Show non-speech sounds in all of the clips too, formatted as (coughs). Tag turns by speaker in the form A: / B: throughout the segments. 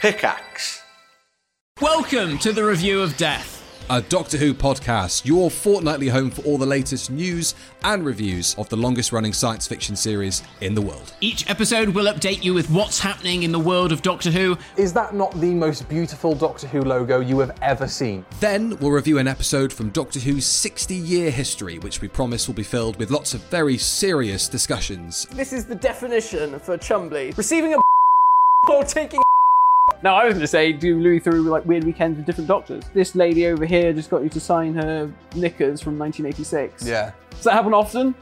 A: Pickaxe.
B: Welcome to the Review of Death.
C: a Doctor Who podcast, your fortnightly home for all the latest news and reviews of the longest running science fiction series in the world.
B: Each episode will update you with what's happening in the world of Doctor Who.
D: Is that not the most beautiful Doctor Who logo you have ever seen?
C: Then we'll review an episode from Doctor Who's 60 year history, which we promise will be filled with lots of very serious discussions.
E: This is the definition for Chumbly. Receiving a (laughs) or taking (laughs) a No, I was going to say, do Louis through like weird weekends with different doctors. This lady over here just got you to sign her knickers from 1986.
D: Yeah.
E: Does that happen often?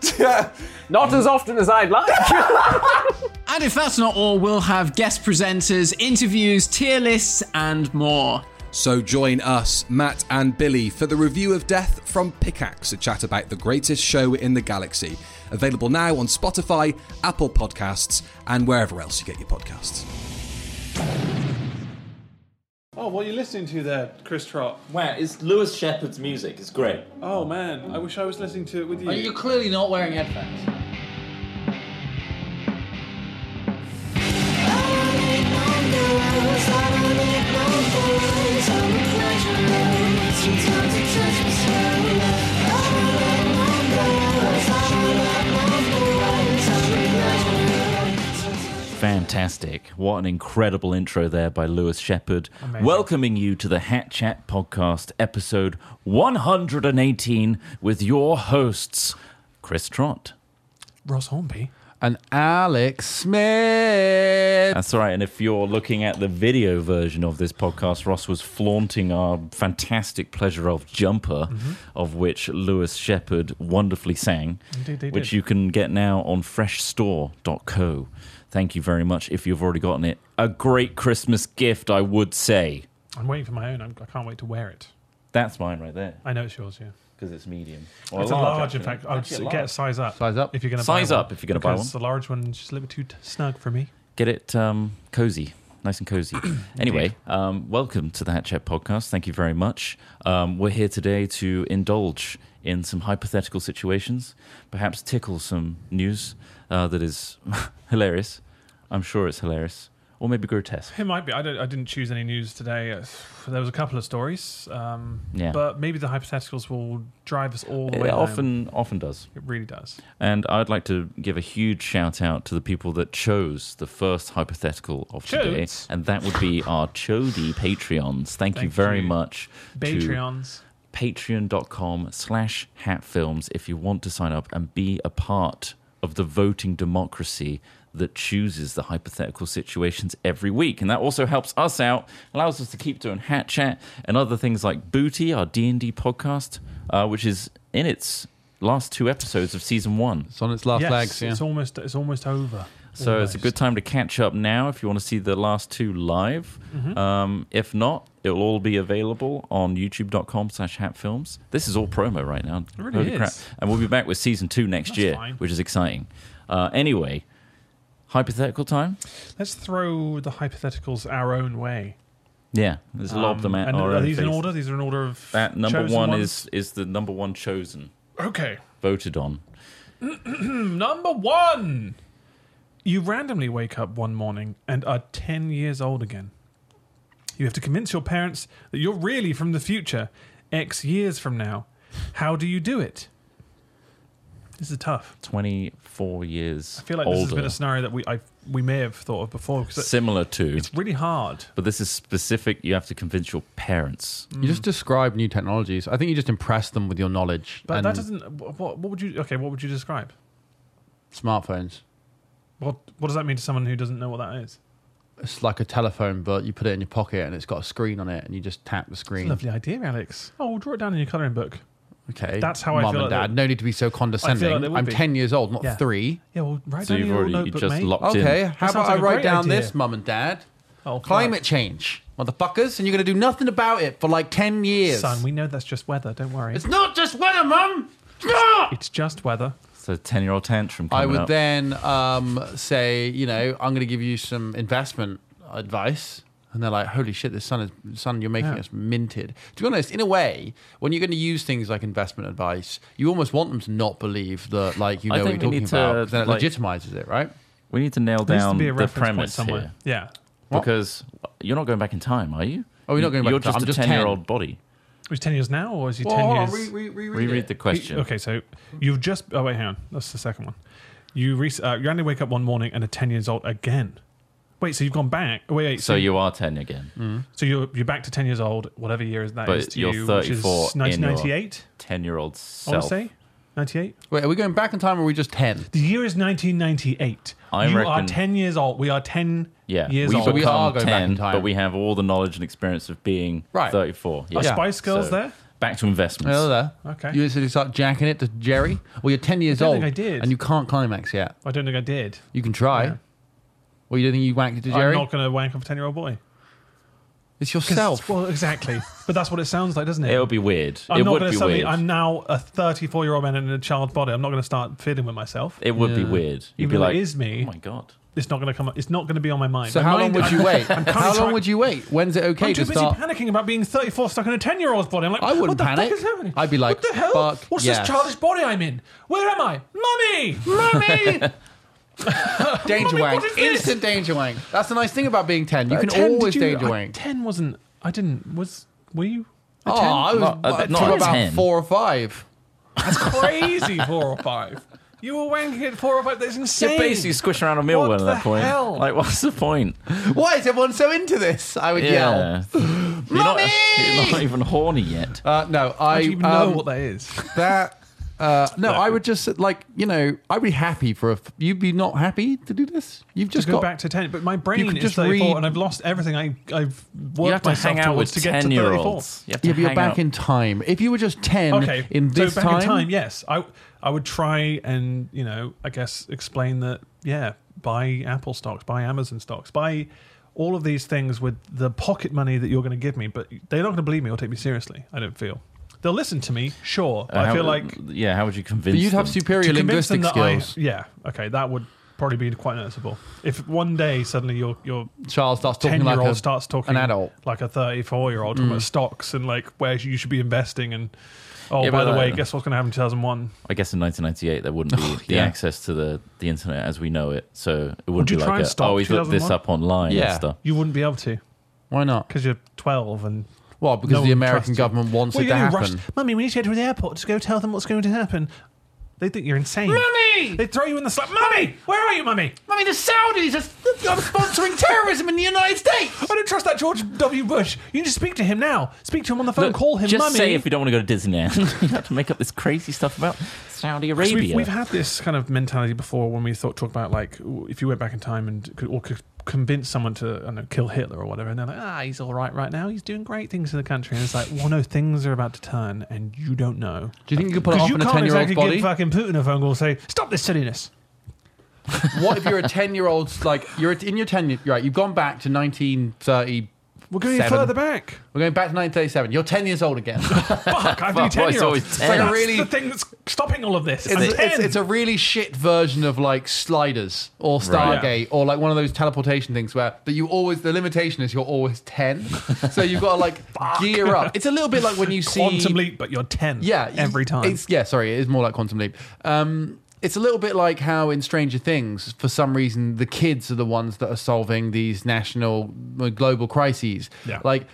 E: Not as often as I'd like.
B: (laughs) And if that's not all, we'll have guest presenters, interviews, tier lists, and more.
C: So join us, Matt and Billy, for the review of Death from Pickaxe, a chat about the greatest show in the galaxy. Available now on Spotify, Apple Podcasts, and wherever else you get your podcasts.
F: Oh, what are you listening to there, Chris Trot?
G: Wow, it's Lewis Shepherd's music. It's great.
F: Oh man, I wish I was listening to it with you.
H: You're clearly not wearing headphones.
G: Fantastic. What an incredible intro there by Lewis Shepherd. Welcoming you to the Hat Chat Podcast, episode 118, with your hosts, Chris Trott.
F: Ross Hornby.
H: And Alex Smith.
G: That's right. And if you're looking at the video version of this podcast, Ross was flaunting our fantastic pleasure of Jumper,
F: Mm-hmm.
G: of which Lewis Shepherd wonderfully sang,
F: Indeed he
G: which
F: did.
G: you can get now on freshstore.co. Thank you very much if you've already gotten it. A great Christmas gift, I would say.
F: I'm waiting for my own. I'm, I can't wait to wear it.
G: That's mine right there
F: I know it's yours, yeah.
G: because it's medium. Or
F: It's a large, in
G: actually.
F: fact. I would
G: Actually a
F: s- get a
G: large.
F: size up.
H: Size up.
F: If you're gonna
G: Size
F: buy
G: up
F: one,
G: if you're gonna buy
F: because
G: one.
F: The large one's just a little bit too t- snug for me.
G: get it um, cozy, nice
F: (coughs)
G: and cozy. anyway, um, welcome to the Hat Chat podcast. Thank you very much. Um, we're here today to indulge in some hypothetical situations, perhaps tickle some news uh, that is (laughs) hilarious. I'm sure it's hilarious, or maybe grotesque.
F: It might be. I, don't, I didn't choose any news today. Uh, There was a couple of stories, um,
G: Yeah.
F: but maybe the hypotheticals will drive us all the
G: It
F: way. home.
G: often, often does.
F: it really does.
G: And I'd like to give a huge shout out to the people that chose the first hypothetical of today,
F: Chodes.
G: and that would be our Chody Patreons. Thank, you
F: Thank
G: very
F: you.
G: much. to-
F: Patreons.
G: patreon.com slash hatfilms if you want to sign up and be a part of the voting democracy that chooses the hypothetical situations every week and that also helps us out allows us to keep doing hat chat and other things like booty our d&d podcast uh, which is in its last two episodes of season one
H: It's on its last
F: yes,
H: legs. Yeah.
F: it's almost. It's almost over.
G: so it's a
F: Almost.
G: good time to catch up now if you want to see the last two live.
F: Mm-hmm.
G: Um, if not, it'll all be available on youtube.com slash hatfilms. This is all promo right now. It
F: really is.
G: And we'll be back with season two next
F: That's
G: year,
F: fine.
G: which is exciting. Uh, anyway, hypothetical time?
F: Let's throw the hypotheticals our own way.
G: Yeah, there's a lot of them
F: Um,
G: at
F: and
G: our
F: are
G: own
F: these in
G: face.
F: order? These are in order of
G: That number
F: chosen
G: one
F: ones?
G: is, is the number one chosen,
F: okay.
G: voted on.
F: Number one. You randomly wake up one morning and are ten years old again. You have to convince your parents that you're really from the future, X years from now. How do you do it? This is tough.
G: 24 years
F: I feel like
G: older.
F: this has been a scenario that we I, we may have thought of before because
G: Similar to,
F: it's really hard.
G: but this is specific. You have to convince your parents.
H: You just describe new technologies. I think you just impress them with your knowledge.
F: But
H: and
F: that doesn't. What, what would you? Okay, what would you describe?
H: smartphones.
F: What What does that mean to someone who doesn't know what that is?
H: It's like a telephone, but you put it in your pocket and it's got a screen on it, and you just tap the screen.
F: Lovely idea, Alex. Oh, we'll draw it down in your colouring book.
H: Okay,
F: That's how I
H: Mum
F: feel
H: and
F: like
H: Dad.
F: they-
H: no need to be so condescending.
F: they would
H: I'm
F: be.
H: ten years old, not
F: Yeah.
H: three. Oh,
F: Yeah, well, write
G: So
F: down in
G: you've
F: your
G: already
F: little
G: you
F: notebook,
G: just
F: mate.
G: locked in.
H: Okay, how
F: That
H: about
F: sounds
H: I
F: like a
H: write
F: great
H: down
F: idea.
H: this, Mum and Dad?
F: Oh, fuck.
H: Climate change, motherfuckers, and you're going to do nothing about it for like ten years.
F: Son, we know that's just weather. Don't worry.
H: it's not just weather, Mum. It's not.
F: It's just weather.
G: So 10 year old tantrum.
H: I
G: coming
H: would
G: up.
H: then um, say, you know, I'm going to give you some investment advice. And they're like, holy shit, this son is, son, you're making
F: Yeah.
H: us minted. To be honest, in a way, when you're going to use things like investment advice, you almost want them to not believe that, like, you
G: I
H: know what you're
G: think we
H: talking
G: need
H: about.
G: to,
H: 'cause then it
G: like-
H: legitimizes it, right?
G: We need to nail
F: There needs
G: down
F: to be a
G: the
F: reference point
G: premise
F: somewhere.
G: here
F: Yeah.
G: because You're not going back in time, are you?
H: Oh, we're not going back
G: You're
H: in time.
G: just
H: I'm
G: a
H: just 10.
G: ten-year-old body.
F: He's 10 years now, or is he 10 years?
G: Reread the question.
F: Okay, so you've just. Oh wait, hang on. That's the second one. You re- uh, you only wake up one morning and are ten years old again. Wait, so Mm. you've gone back? Wait, wait.
G: So you are ten again.
F: so you're you're back to ten years old, whatever year is that
G: But
F: is to
G: you're
F: you,
G: 34
F: which is
G: in your
F: 1998. I
G: Ten-year-old
F: want
G: self.
F: to say 98.
H: Wait, are we going back in time or are we just 10?
F: The year is 1998.
G: I
F: you are
G: reckon-
F: ten years old. We are ten
G: Yeah,
F: years
G: we
F: old.
H: So we
G: become
H: are going back in
G: 10,
H: time.
G: but we have all the knowledge and experience of being
H: Right.
G: 34. Yeah.
F: Spice Girls
G: So,
F: there?
G: Back to investments.
H: Hello there.
F: Okay.
H: You instantly start jacking it to Jerry. Well, you're 10 years
F: I don't
H: old.
F: think I did.
H: And you can't climax yet.
F: I don't think I did.
H: You can try. Well, you don't think you wanked it to
F: I'm
H: Jerry?
F: not going to wank off a ten-year-old boy. (laughs)
H: It's
F: 'Cause-
H: yourself.
F: Well, exactly. but that's what it sounds like, doesn't it?
G: It would be weird.
F: I'm
G: it
F: not
G: would
F: going
G: be
F: to suddenly.
G: weird.
F: I'm now a 34 year old man in a child's body. I'm not going to start fiddling with myself.
G: It would be weird. You'd
F: Even
G: be
F: though
G: like,
F: it is me.
G: Oh my god.
F: It's not going to come. up- It's not going to be on my mind.
H: So
F: my
H: how long
F: mind,
H: would
F: (laughs)
H: you wait? How long
F: trying-
H: would you wait? When's it okay
F: I'm too
H: to
F: busy
H: start?
F: panicking about being 34 stuck in a 10 year old's body. I'm like,
H: I wouldn't
F: what the
H: panic.
F: fuck is happening?
H: I'd be like,
F: what the hell?
H: fuck
F: What's
H: yes.
F: this childish body I'm in? Where am I? Mummy,
H: (laughs)
F: mummy.
H: Danger
F: Mummy,
H: wank.
F: what is this?
H: Instant danger wank. That's the nice thing about being 10. You can
F: 10, did
H: always
F: you- Uh,
H: danger
F: I-
H: wank.
F: 10 wasn't. I didn't. Was were you?
H: Oh, I was
G: Not- uh,
H: what,
G: not
H: till
G: a
H: about
G: 10.
H: four or five. (laughs)
F: Crazy four or five. You were wanking at four or five. That's insane.
G: You're basically squishing around a mealworm
F: What
G: at
F: the
G: that point.
F: hell?
G: Like, what's the point?
H: Why is everyone so into this? I would yell.
G: Yeah. (gasps) you're, not,
H: Mummy!
G: (laughs) you're not even horny yet.
H: Uh, no, I
F: Do you even know
H: um,
F: what that
H: (laughs)
F: is?
H: that. Uh, no, I would just like you know I'd be happy for a. f- You'd be not happy to do this. You've just
F: go
H: got
F: back to 10 but my brain
H: could
F: is
H: just
F: 34
H: read-
F: and i've lost everything I, i've worked
G: You have to
F: myself
G: hang out
F: towards
G: with
F: to get to
G: 10 year
F: 34
G: olds. You have to
H: Yeah, but you're
G: hang
H: back
G: out.
H: in time. If you were just ten
F: okay
H: in this
F: so back
H: time,
F: in time yes i i would try and you know i guess explain that yeah buy apple stocks buy amazon stocks buy all of these things with the pocket money that you're going to give me but they're not going to believe me or take me seriously i don't feel they'll listen to me sure but
G: Uh,
F: i
G: how-
F: feel like
G: yeah, how would you convince?
H: but you'd have
G: them?
H: superior
F: to convince them
H: linguistic
F: that I,
H: skills.
F: yeah okay that would probably be quite noticeable if one day suddenly you're you're
H: Charles starts talking
F: ten
H: like
F: year
H: a,
F: old starts talking
H: an adult. Mm.
F: like a thirty four year old talking about stocks and like where you should be investing and oh
G: Yeah,
F: by
G: but
F: the
G: that-
F: way guess what's going to happen in two thousand one.
G: I guess in 1998 there wouldn't be the
H: yeah.
G: access to the, the internet as we know it, so it wouldn't
F: you
G: be
F: try
G: like
F: and
G: a,
F: stop
G: oh he's looked this
F: 2001?
G: up online
H: Yeah.
G: and stuff.
F: You wouldn't be able to
H: Why not?
F: because you're twelve and
H: Well, because
F: no
H: the
F: one
H: American
F: trusts
H: government wants
F: well,
H: it
F: you
H: to
F: know,
H: happen.
F: rushed. Mummy, we need to get to the airport to go tell them what's going to happen. They think you're insane.
H: Mummy!
F: They throw you in the slap. Mummy, where are you, mummy?
H: I mean, the Saudis are, are sponsoring terrorism in the United States.
F: I don't trust that George W. Bush. You need to speak to him now. Speak to him on the phone.
G: Look,
F: Call him,
G: Just
F: mummy.
G: say if you don't want to go to Disneyland, you have to make up this crazy stuff about Saudi
F: So
G: Arabia.
F: We've, we've had this kind of mentality before when we thought talk about like w- if you went back in time and could, or could convince someone to I don't know, kill Hitler or whatever, and they're like, ah, he's all right right now. He's doing great things in the country, and it's like, well, no, things are about to turn, and you don't know
H: Do you think you could put it
F: because
H: off
F: you
H: in a
F: can't
H: ten-year-old's
F: exactly
H: body?
F: give fucking Putin a phone call and say, stop this silliness.
H: what if you're a ten-year-old's like you're in your ten? Right, you've gone back to 1930.
F: We're going
H: Seven.
F: further back.
H: (laughs) We're going back to 1937. You're ten years old (laughs) again.
F: Fuck, I've
G: Well,
F: been
G: it's
F: ten year old.
G: always
F: It's
G: 10.
F: like
H: It's
F: a
H: a
F: really
H: really-
F: the thing that's stopping all of this. I'm
H: It's, it's,
F: 10.
H: it's a really shit version of like Sliders or Stargate or like one of those teleportation things where that you always the limitation is you're always (laughs) ten, so you've got to like gear up. It's a little bit like when you see
F: quantum leap, but you're ten.
H: yeah
F: every
H: you-
F: time.
H: It's, yeah, sorry, it is more like Quantum Leap. Um, it's a little bit like how in Stranger Things, for some reason, the kids are the ones that are solving these national, uh, global crises.
F: Yeah.
H: Like,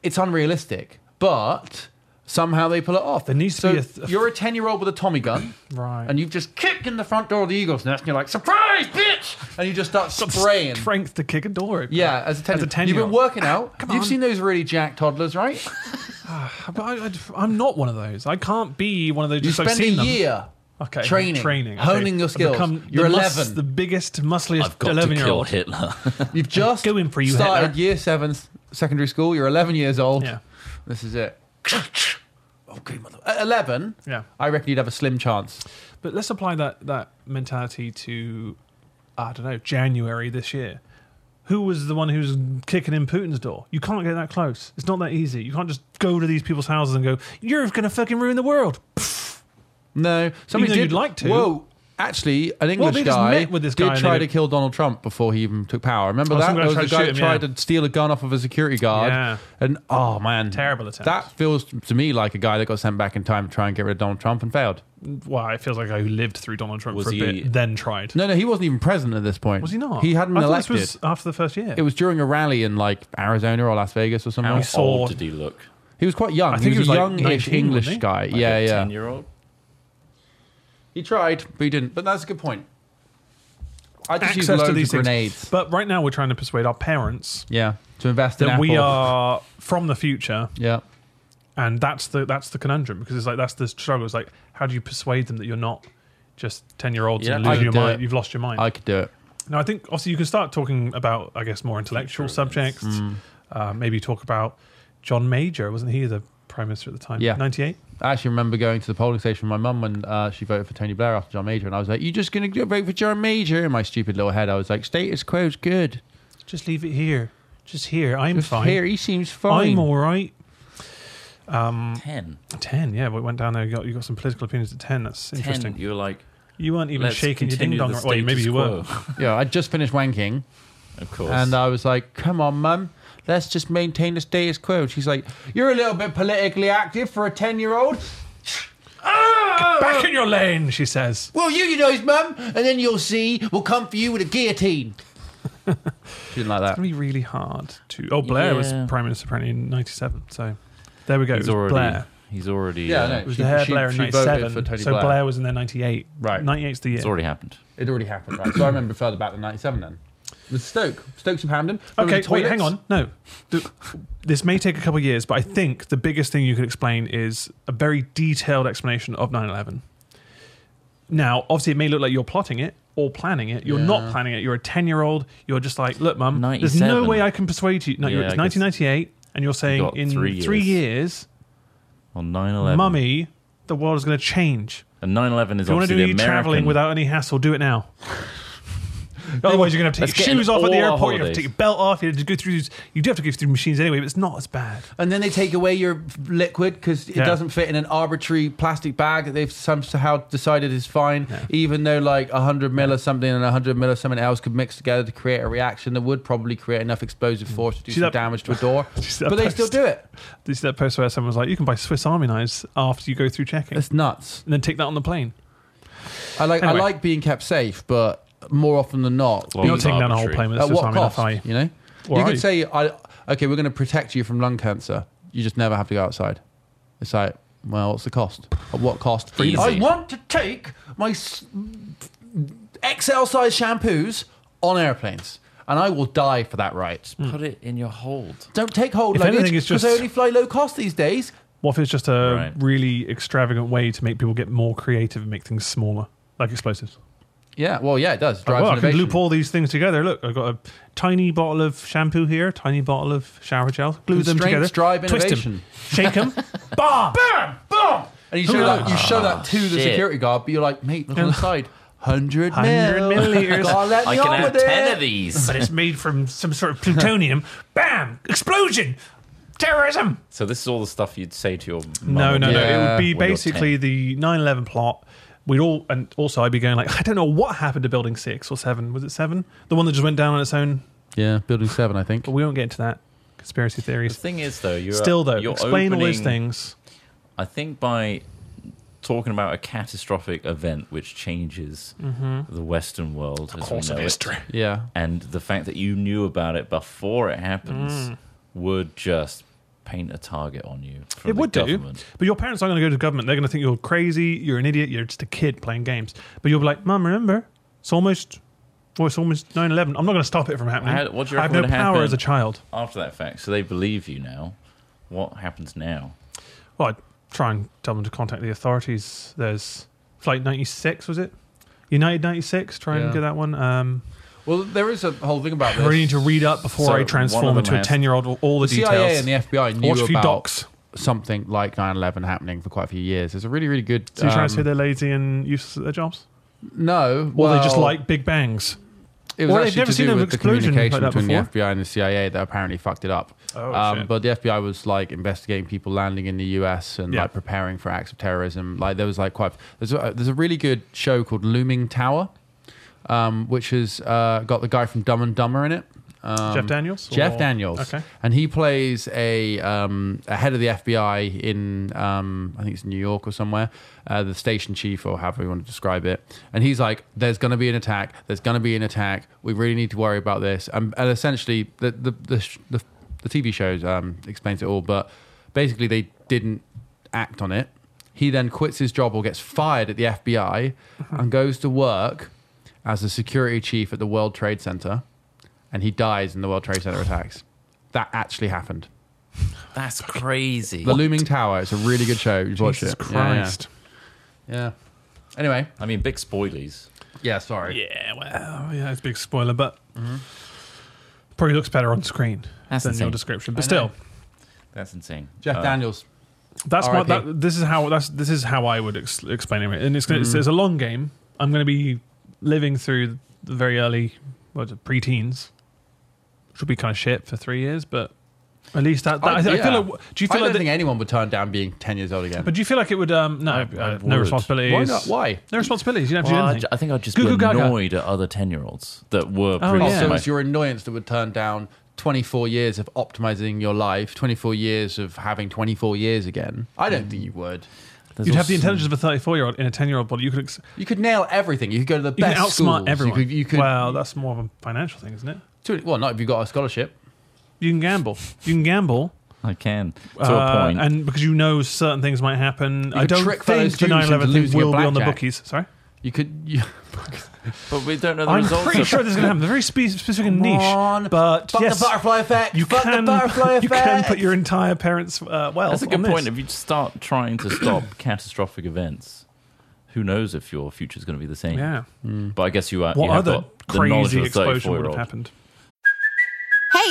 H: it's unrealistic, but somehow they pull it off.
F: There needs to
H: So
F: be a th-
H: you're a ten-year-old with a Tommy gun,
F: (clears throat) Right.
H: And you've just kicked in the front door of the Eagles' nest, and you're like, "Surprise, bitch!" And you just start spraying.
F: strength to kick a door open.
H: yeah, as a ten,
F: As a 10
H: you've
F: year
H: been
F: old.
H: working out.
F: Come
H: You've
F: on.
H: seen those really jacked toddlers, right?
F: But I, am not one of those. I can't be one of those.
H: You
F: just I've
H: spend a
F: seen them.
H: year
F: Okay,
H: training,
F: training, okay.
H: honing your
F: I've
H: skills.
F: become
H: You're
F: the
H: 11.
F: mus- the biggest, muscliest
G: (laughs) I've got to kill
F: eleven-year-old.
G: Hitler. (laughs)
H: You've just
F: Going for you,
H: started
F: Hitler.
H: year seven s- secondary school. You're 11 years old.
F: Yeah.
H: This is it. (laughs) okay, mother. At 11,
F: Yeah.
H: I reckon you'd have a slim chance.
F: But let's apply that that mentality to I don't know January this year. Who was the one who was kicking in Putin's door? You can't get that close. It's not that easy. You can't just go to these people's houses and go, "You're going to fucking ruin the world."
H: No. Somebody
F: though
H: did,
F: you'd like to.
H: Whoa. Actually, an
F: they
H: English
F: just
H: guy,
F: met with this
H: did
F: guy and
H: try
F: they-
H: to kill Donald Trump before he even took power. Remember
F: Oh,
H: that?
F: some guy
H: There was
F: tried
H: a
F: to
H: guy
F: shoot him,
H: who tried
F: yeah.
H: to steal a gun off of a security guard.
F: Yeah.
H: And oh man,
F: Terrible attempt.
H: That feels to me like a guy that got sent back in time to try and get rid of Donald Trump and failed.
F: Well, it feels like I lived through Donald Trump
G: Was
F: for a
G: he-
F: bit, then tried.
H: No, no, he wasn't even president at this point.
F: Was he not?
H: He hadn't
F: I
H: been
F: thought
H: elected.
F: This was after the first year.
H: It was during a rally in like Arizona or Las Vegas or
G: How
H: somewhere. Oh.
F: saw-
G: old did he look?
H: He was quite young.
F: I think
H: he
F: he was,
H: was, a
F: like,
H: youngish
F: 19,
H: English
F: wasn't he?
H: guy. yeah, yeah.
G: Ten year old.
H: He tried, but he didn't. But that's a good point. I just use
F: access
H: loads
F: to these
H: of grenades.
F: Things. But right now, we're trying to persuade our parents
H: Yeah, to invest in
F: that
H: Apple.
F: we are from the future,
H: Yeah,
F: and that's the that's the conundrum because it's like that's the struggle. It's like how do you persuade them that you're not just ten year olds
G: Yeah,
F: and
G: I
F: lose
H: could
F: your
H: do
F: mind?
H: it.
F: You've lost your mind.
H: I could do it.
F: now, I think obviously you can start talking about I guess more intellectual subjects.
H: Mm.
F: Uh, maybe talk about John Major. Wasn't he the prime minister at the time?
H: Yeah.
F: ninety eight.
H: I actually remember going to the polling station with my mum when uh, she voted for Tony Blair after John Major, and I was like, "You just gonna go vote for John Major?" In my stupid little head, I was like, "Status quo's good.
F: Just leave it here. Just here. I'm
H: Just
F: fine.
H: Here, he seems fine."
F: I'm all right.
G: Ten.
F: Ten. Yeah, we went down there. You got you got some political opinions at ten. That's interesting.
G: Ten. You were like,
F: You weren't even
G: let's
F: shaking your ding
G: continue
F: dong.
G: the
F: Well, maybe
G: status
F: you were. uh,
G: quo. (laughs)
H: yeah, I just finished wanking,
G: Of course.
H: and I was like, "Come on, mum." Let's just maintain the status quo. And She's like, "You're a little bit politically active for a ten-year-old."
F: Back in your lane, she says.
H: Well, unionize, mum, and then you'll see. We'll come for you with a guillotine. (laughs) she didn't like that.
F: It's gonna be really hard to. Oh, Blair was
G: Yeah.
F: prime minister apparently in '97. So there we go.
G: he's
F: it was
G: already.
F: Blair.
G: He's already.
H: Yeah, I
G: uh,
H: know.
F: It was
H: She-
F: the hair
H: she-
F: Blair in
H: she voted
F: '97.
H: for Tony
F: so
H: Blair.
F: Blair. was in there '98.
H: Right.
F: '98's the year.
G: It's already happened.
H: It already happened, right? So I remember further back than 97 then. It was Stoke. Stokes of Hamden. Remember
F: Okay,
H: the
F: wait,
H: toilets?
F: hang on. No, The- this may take a couple of years, but I think the biggest thing you could explain is a very detailed explanation of 9/11. Now, obviously, it may look like you're plotting it or planning it. You're not planning it. You're a 10 year old. You're just like, look, mum, there's no
G: 97.
F: way I can persuade you. No,
G: Yeah,
F: you're,
G: I
F: it's
G: guess.
F: 1998, and you're saying
G: got
F: in
G: three
F: three years,
G: years. On 9 11.
F: mummy, the world is going to change.
G: And 9 11 is
F: If you want to
G: obviously
F: do
G: the
F: any
G: American.
F: traveling without any hassle, do it now. (laughs) Otherwise, you're going to have
G: Let's
F: to take
G: get
F: your shoes
G: in
F: off at the
G: all our
F: airport. You have to
G: holidays.
F: take your belt off. You have to go through. these- You do have to go through machines anyway, but it's not as bad.
H: And then they take away your liquid because it
F: Yeah.
H: doesn't fit in an arbitrary plastic bag that they've somehow decided is fine, even though like 100 mil or something and 100 mil or something else could mix together to create a reaction that would probably create enough explosive force to do
F: Mm. See
H: some
F: that-
H: damage
F: (laughs)
H: to a door.
F: see that
H: but they still
F: post?
H: do it.
F: Did you see that post where someone was like, "You can buy Swiss Army knives after you go through checking,
H: It's nuts.
F: and then take that on the plane."
H: I like
F: Anyway.
H: I like being kept safe, but more often than not,
G: Well,
F: You're not
G: it's
F: taking down a whole
G: arbitrary.
F: plane with a
H: at
F: Swiss
H: what
F: Army knife,
H: cost?
F: are you?
H: You know,
F: Or
H: you
F: are
H: could
F: you?
H: say, "I okay, we're going to protect you from lung cancer. You just never have to go outside." It's like, well, what's the cost? At what cost?
G: Easy.
H: I want to take my s- XL size shampoos on airplanes, and I will die for that right.
G: Put
F: Hmm.
G: it in your hold.
H: Don't take hold
F: If
H: luggage
F: anything, it's
H: because they
F: just-
H: only fly low cost these days.
F: What if it's just a
G: Right.
F: really extravagant way to make people get more creative and make things smaller, like explosives?
H: Yeah, well, yeah, it does. Drives
F: well, I can
H: innovation.
F: loop all these things together. Look, I've got a tiny bottle of shampoo here, tiny bottle of shower gel. Glue them together.
H: Constraints drive
F: twist 'em,
H: innovation.
F: shake them. Bah!
H: Bam! Boom! And you show, that, you show that to the
G: shit.
H: security guard, but you're like, mate, look on the (laughs) side. 100
F: 100
H: mil.
F: milliliters.
H: God, let
G: I
H: me
G: can
H: on
G: have
H: with
G: ten
H: it.
G: of these.
F: But it's made from some sort of plutonium. Bam! Explosion! Terrorism!
G: So this is all the stuff you'd say to your mum
F: No,
G: or
F: no,
G: dad.
F: no. It
H: Yeah.
F: would be
G: Well, you're
F: basically the 9/11 plot. We'd all, and also I'd be going like, (laughs) I don't know what happened to Building Six or Seven. Was it Seven? The one that just went down on its own.
H: Yeah, building seven, I think.
F: But we won't get into that conspiracy
G: The
F: theories.
G: thing is, though, you're
F: Still though,
G: you're
F: explain all those
G: opening-
F: things.
G: I think by talking about a catastrophic event which changes
F: Mm-hmm.
G: the Western world, as we know it,
H: (laughs) Yeah.
G: and the fact that you knew about it before it happens
F: Mm.
G: would just paint a target on you. From
F: It
G: the
F: would
G: government.
F: do, but your parents aren't going to go to the government. They're going to think you're crazy, you're an idiot, you're just a kid playing games. But you'll be like, Mum, remember, it's almost, well, it's almost 9/11. I'm not going to stop it from happening.
G: How- what do you
F: I have no
G: reckon
F: power
G: would happen?
F: as a child.
G: after that fact. So they believe you now. What happens now?
F: Well, I'd try and tell them to contact the authorities. There's Flight 96, was it? United 96, try
H: Yeah.
F: and get that one. Um,
H: Well, there is a whole thing about
F: I
H: this.
F: really need to read up before
G: So
F: I
G: one
F: transform
G: of
F: into
G: them
F: a
G: has-
F: 10 year old all the,
H: The
F: details.
H: CIA and the FBI knew
F: Watch a few
H: about
F: docs.
H: something like 9-11 happening for quite a few years. There's a really, really good...
F: So you're trying to
H: um,
F: say they're lazy and useless at their jobs?
H: No.
F: Or
H: Well,
F: they just like big bangs?
H: It was
F: Well, they've
H: actually
F: never
H: to
F: seen
H: do
F: an
H: with the
F: explosion like
H: communication
F: that
H: between
F: before.
H: the FBI and the CIA that apparently fucked it up. Um,
F: Oh, shit.
H: But the FBI was like investigating people landing in the US and
F: Yeah.
H: like preparing for acts of terrorism. Like there was like quite there's a, there's a really good show called Looming Tower, um, which has uh, got the guy from Dumb and Dumber in it. Um,
F: Jeff Daniels
H: Jeff
F: or-
H: Daniels.
F: Okay.
H: And he plays a, um, a head of the FBI in, um, I think it's New York or somewhere, uh, the station chief or however you want to describe it. And he's like, there's going to be an attack. There's going to be an attack. We really need to worry about this. And, and essentially, the, the, the, sh- the, the TV shows um, explains it all, but basically, they didn't act on it. He then quits his job or gets fired at the FBI
F: Uh-huh.
H: and goes to work as the security chief at the World Trade Center and he dies in the World Trade Center attacks. That actually happened.
G: That's crazy.
H: The Looming Tower. It's a really good show. You should watch
F: Jesus
H: it. Yeah, yeah.
F: Christ.
H: Yeah, Anyway.
G: I mean, big spoilies.
H: Yeah. Sorry.
F: Yeah, well, yeah, it's a big spoiler, but probably looks better on screen
G: That's
F: than
G: insane.
F: your description. But
H: I know.
F: still,
G: That's insane.
H: Jeff
G: Uh,
H: Daniels.
F: that's what
H: RIP.
F: that, this is how that's this is how I would ex- explain it. And it's,
G: Mm-hmm.
F: it's it's a long game. I'm going to be living through the very early, what is it, preteens, which will be kind of shit for three years. But at least that, that I,
H: I-
F: I
H: yeah.
F: feel like. Do you feel
H: I don't
F: like? that-
H: think anyone would turn down being ten years old again.
F: but do you feel like it would? Um, no, uh, no
G: would.
F: responsibilities.
H: Why not? Why?
F: No responsibilities. You don't have
G: Well,
F: to do
G: I,
F: anything.
G: I think I'd just
F: Goo
G: be
F: goo gaga.
G: annoyed at other 10 year olds that were
F: Oh,
G: previously
H: Oh,
F: yeah.
H: so
G: my-
H: it's your annoyance that would turn down 24 years of optimizing your life, 24 years of having 24 years again. I don't think you would.
G: there's
F: You'd have the
G: also-
F: intelligence of a 34 year old in a 10 year old body. You could ex-
H: You could nail everything. You could go to the
F: you can
H: best
F: outsmart
H: schools.
F: everyone.
H: You could, you could
F: well, that's more of a financial thing, isn't it?
H: to- well, not if you got a scholarship.
F: You can gamble. You can gamble
G: I can. To
F: uh,
G: a point.
F: and because you know certain things might happen. I
H: could
F: don't
H: trick fellow
F: think the
H: students
F: 9/11
H: into
F: thing
H: losing a
F: will be on the
H: blackjack.
F: bookies. Sorry,
H: You could. You,
G: but we don't know the
F: I'm
G: results.
F: pretty
G: of-
F: sure this is going to happen. Very spe- specific and niche,
H: on.
F: but
H: Fuck
F: yes,
H: the butterfly effect.
F: you
H: Fuck
F: can.
H: the butterfly
F: (laughs) you can
H: effect.
F: put your entire parents' uh, wealth.
G: That's a good
F: on this.
G: point. If you start trying
F: (coughs)
G: to stop catastrophic events, who knows if your future is going to be the same?
F: Yeah.
G: But I guess you are.
F: What
G: you have
F: other
G: got the knowledge
F: crazy
G: of a
F: explosion would have
G: 34-year-old.
F: happened?
A: Hey,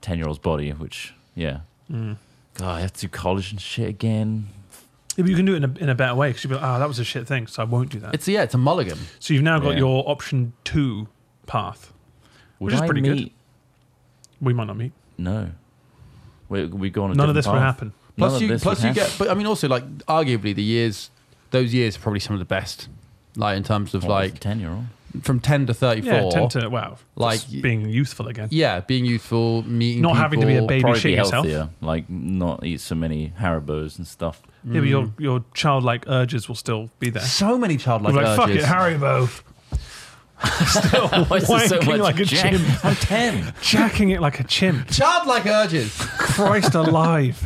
G: 10 year old's body, which, yeah.
F: Hmm.
G: God, I have to do college and shit again.
F: Yeah, but you can do it in a, in a better way because you'd be like, oh, that was a shit thing, so I won't do that.
H: It's a, yeah, it's a mulligan.
F: so you've now got
G: Yeah.
F: your option two path.
G: Would
F: is
G: I
F: pretty good.
G: meet?
F: We might not meet.
G: No. We, we go on a
F: None of
G: different
F: this would
G: path.
F: happen.
G: None
H: Plus,
G: of
H: you
G: this
H: plus
G: would
H: you
G: happen.
H: get. But I mean, also like arguably the years, those years are probably some of the best. Like in terms of
G: What,
H: like
G: 10 year old.
H: from ten to thirty
F: Yeah,
H: four.
F: tend to wow,
H: Like-
F: like being youthful again.
H: yeah, being youthful, meeting,
F: Not having to be a
H: people.
F: baby
G: Probably
F: shit
G: be
F: yourself.
G: healthier. Like, not eat so many Haribos and stuff.
F: Yeah, but
G: Mm.
F: your your childlike urges will still be there.
H: So many childlike
F: You're like, fuck
H: urges.
F: it,
G: (laughs)
F: Haribo. still
G: Why is there so
F: wanking
G: much
F: like a
G: jack?
F: chimp,
G: I'm 10.
F: jacking it like a chimp.
G: (laughs)
H: Childlike urges.
F: Christ alive!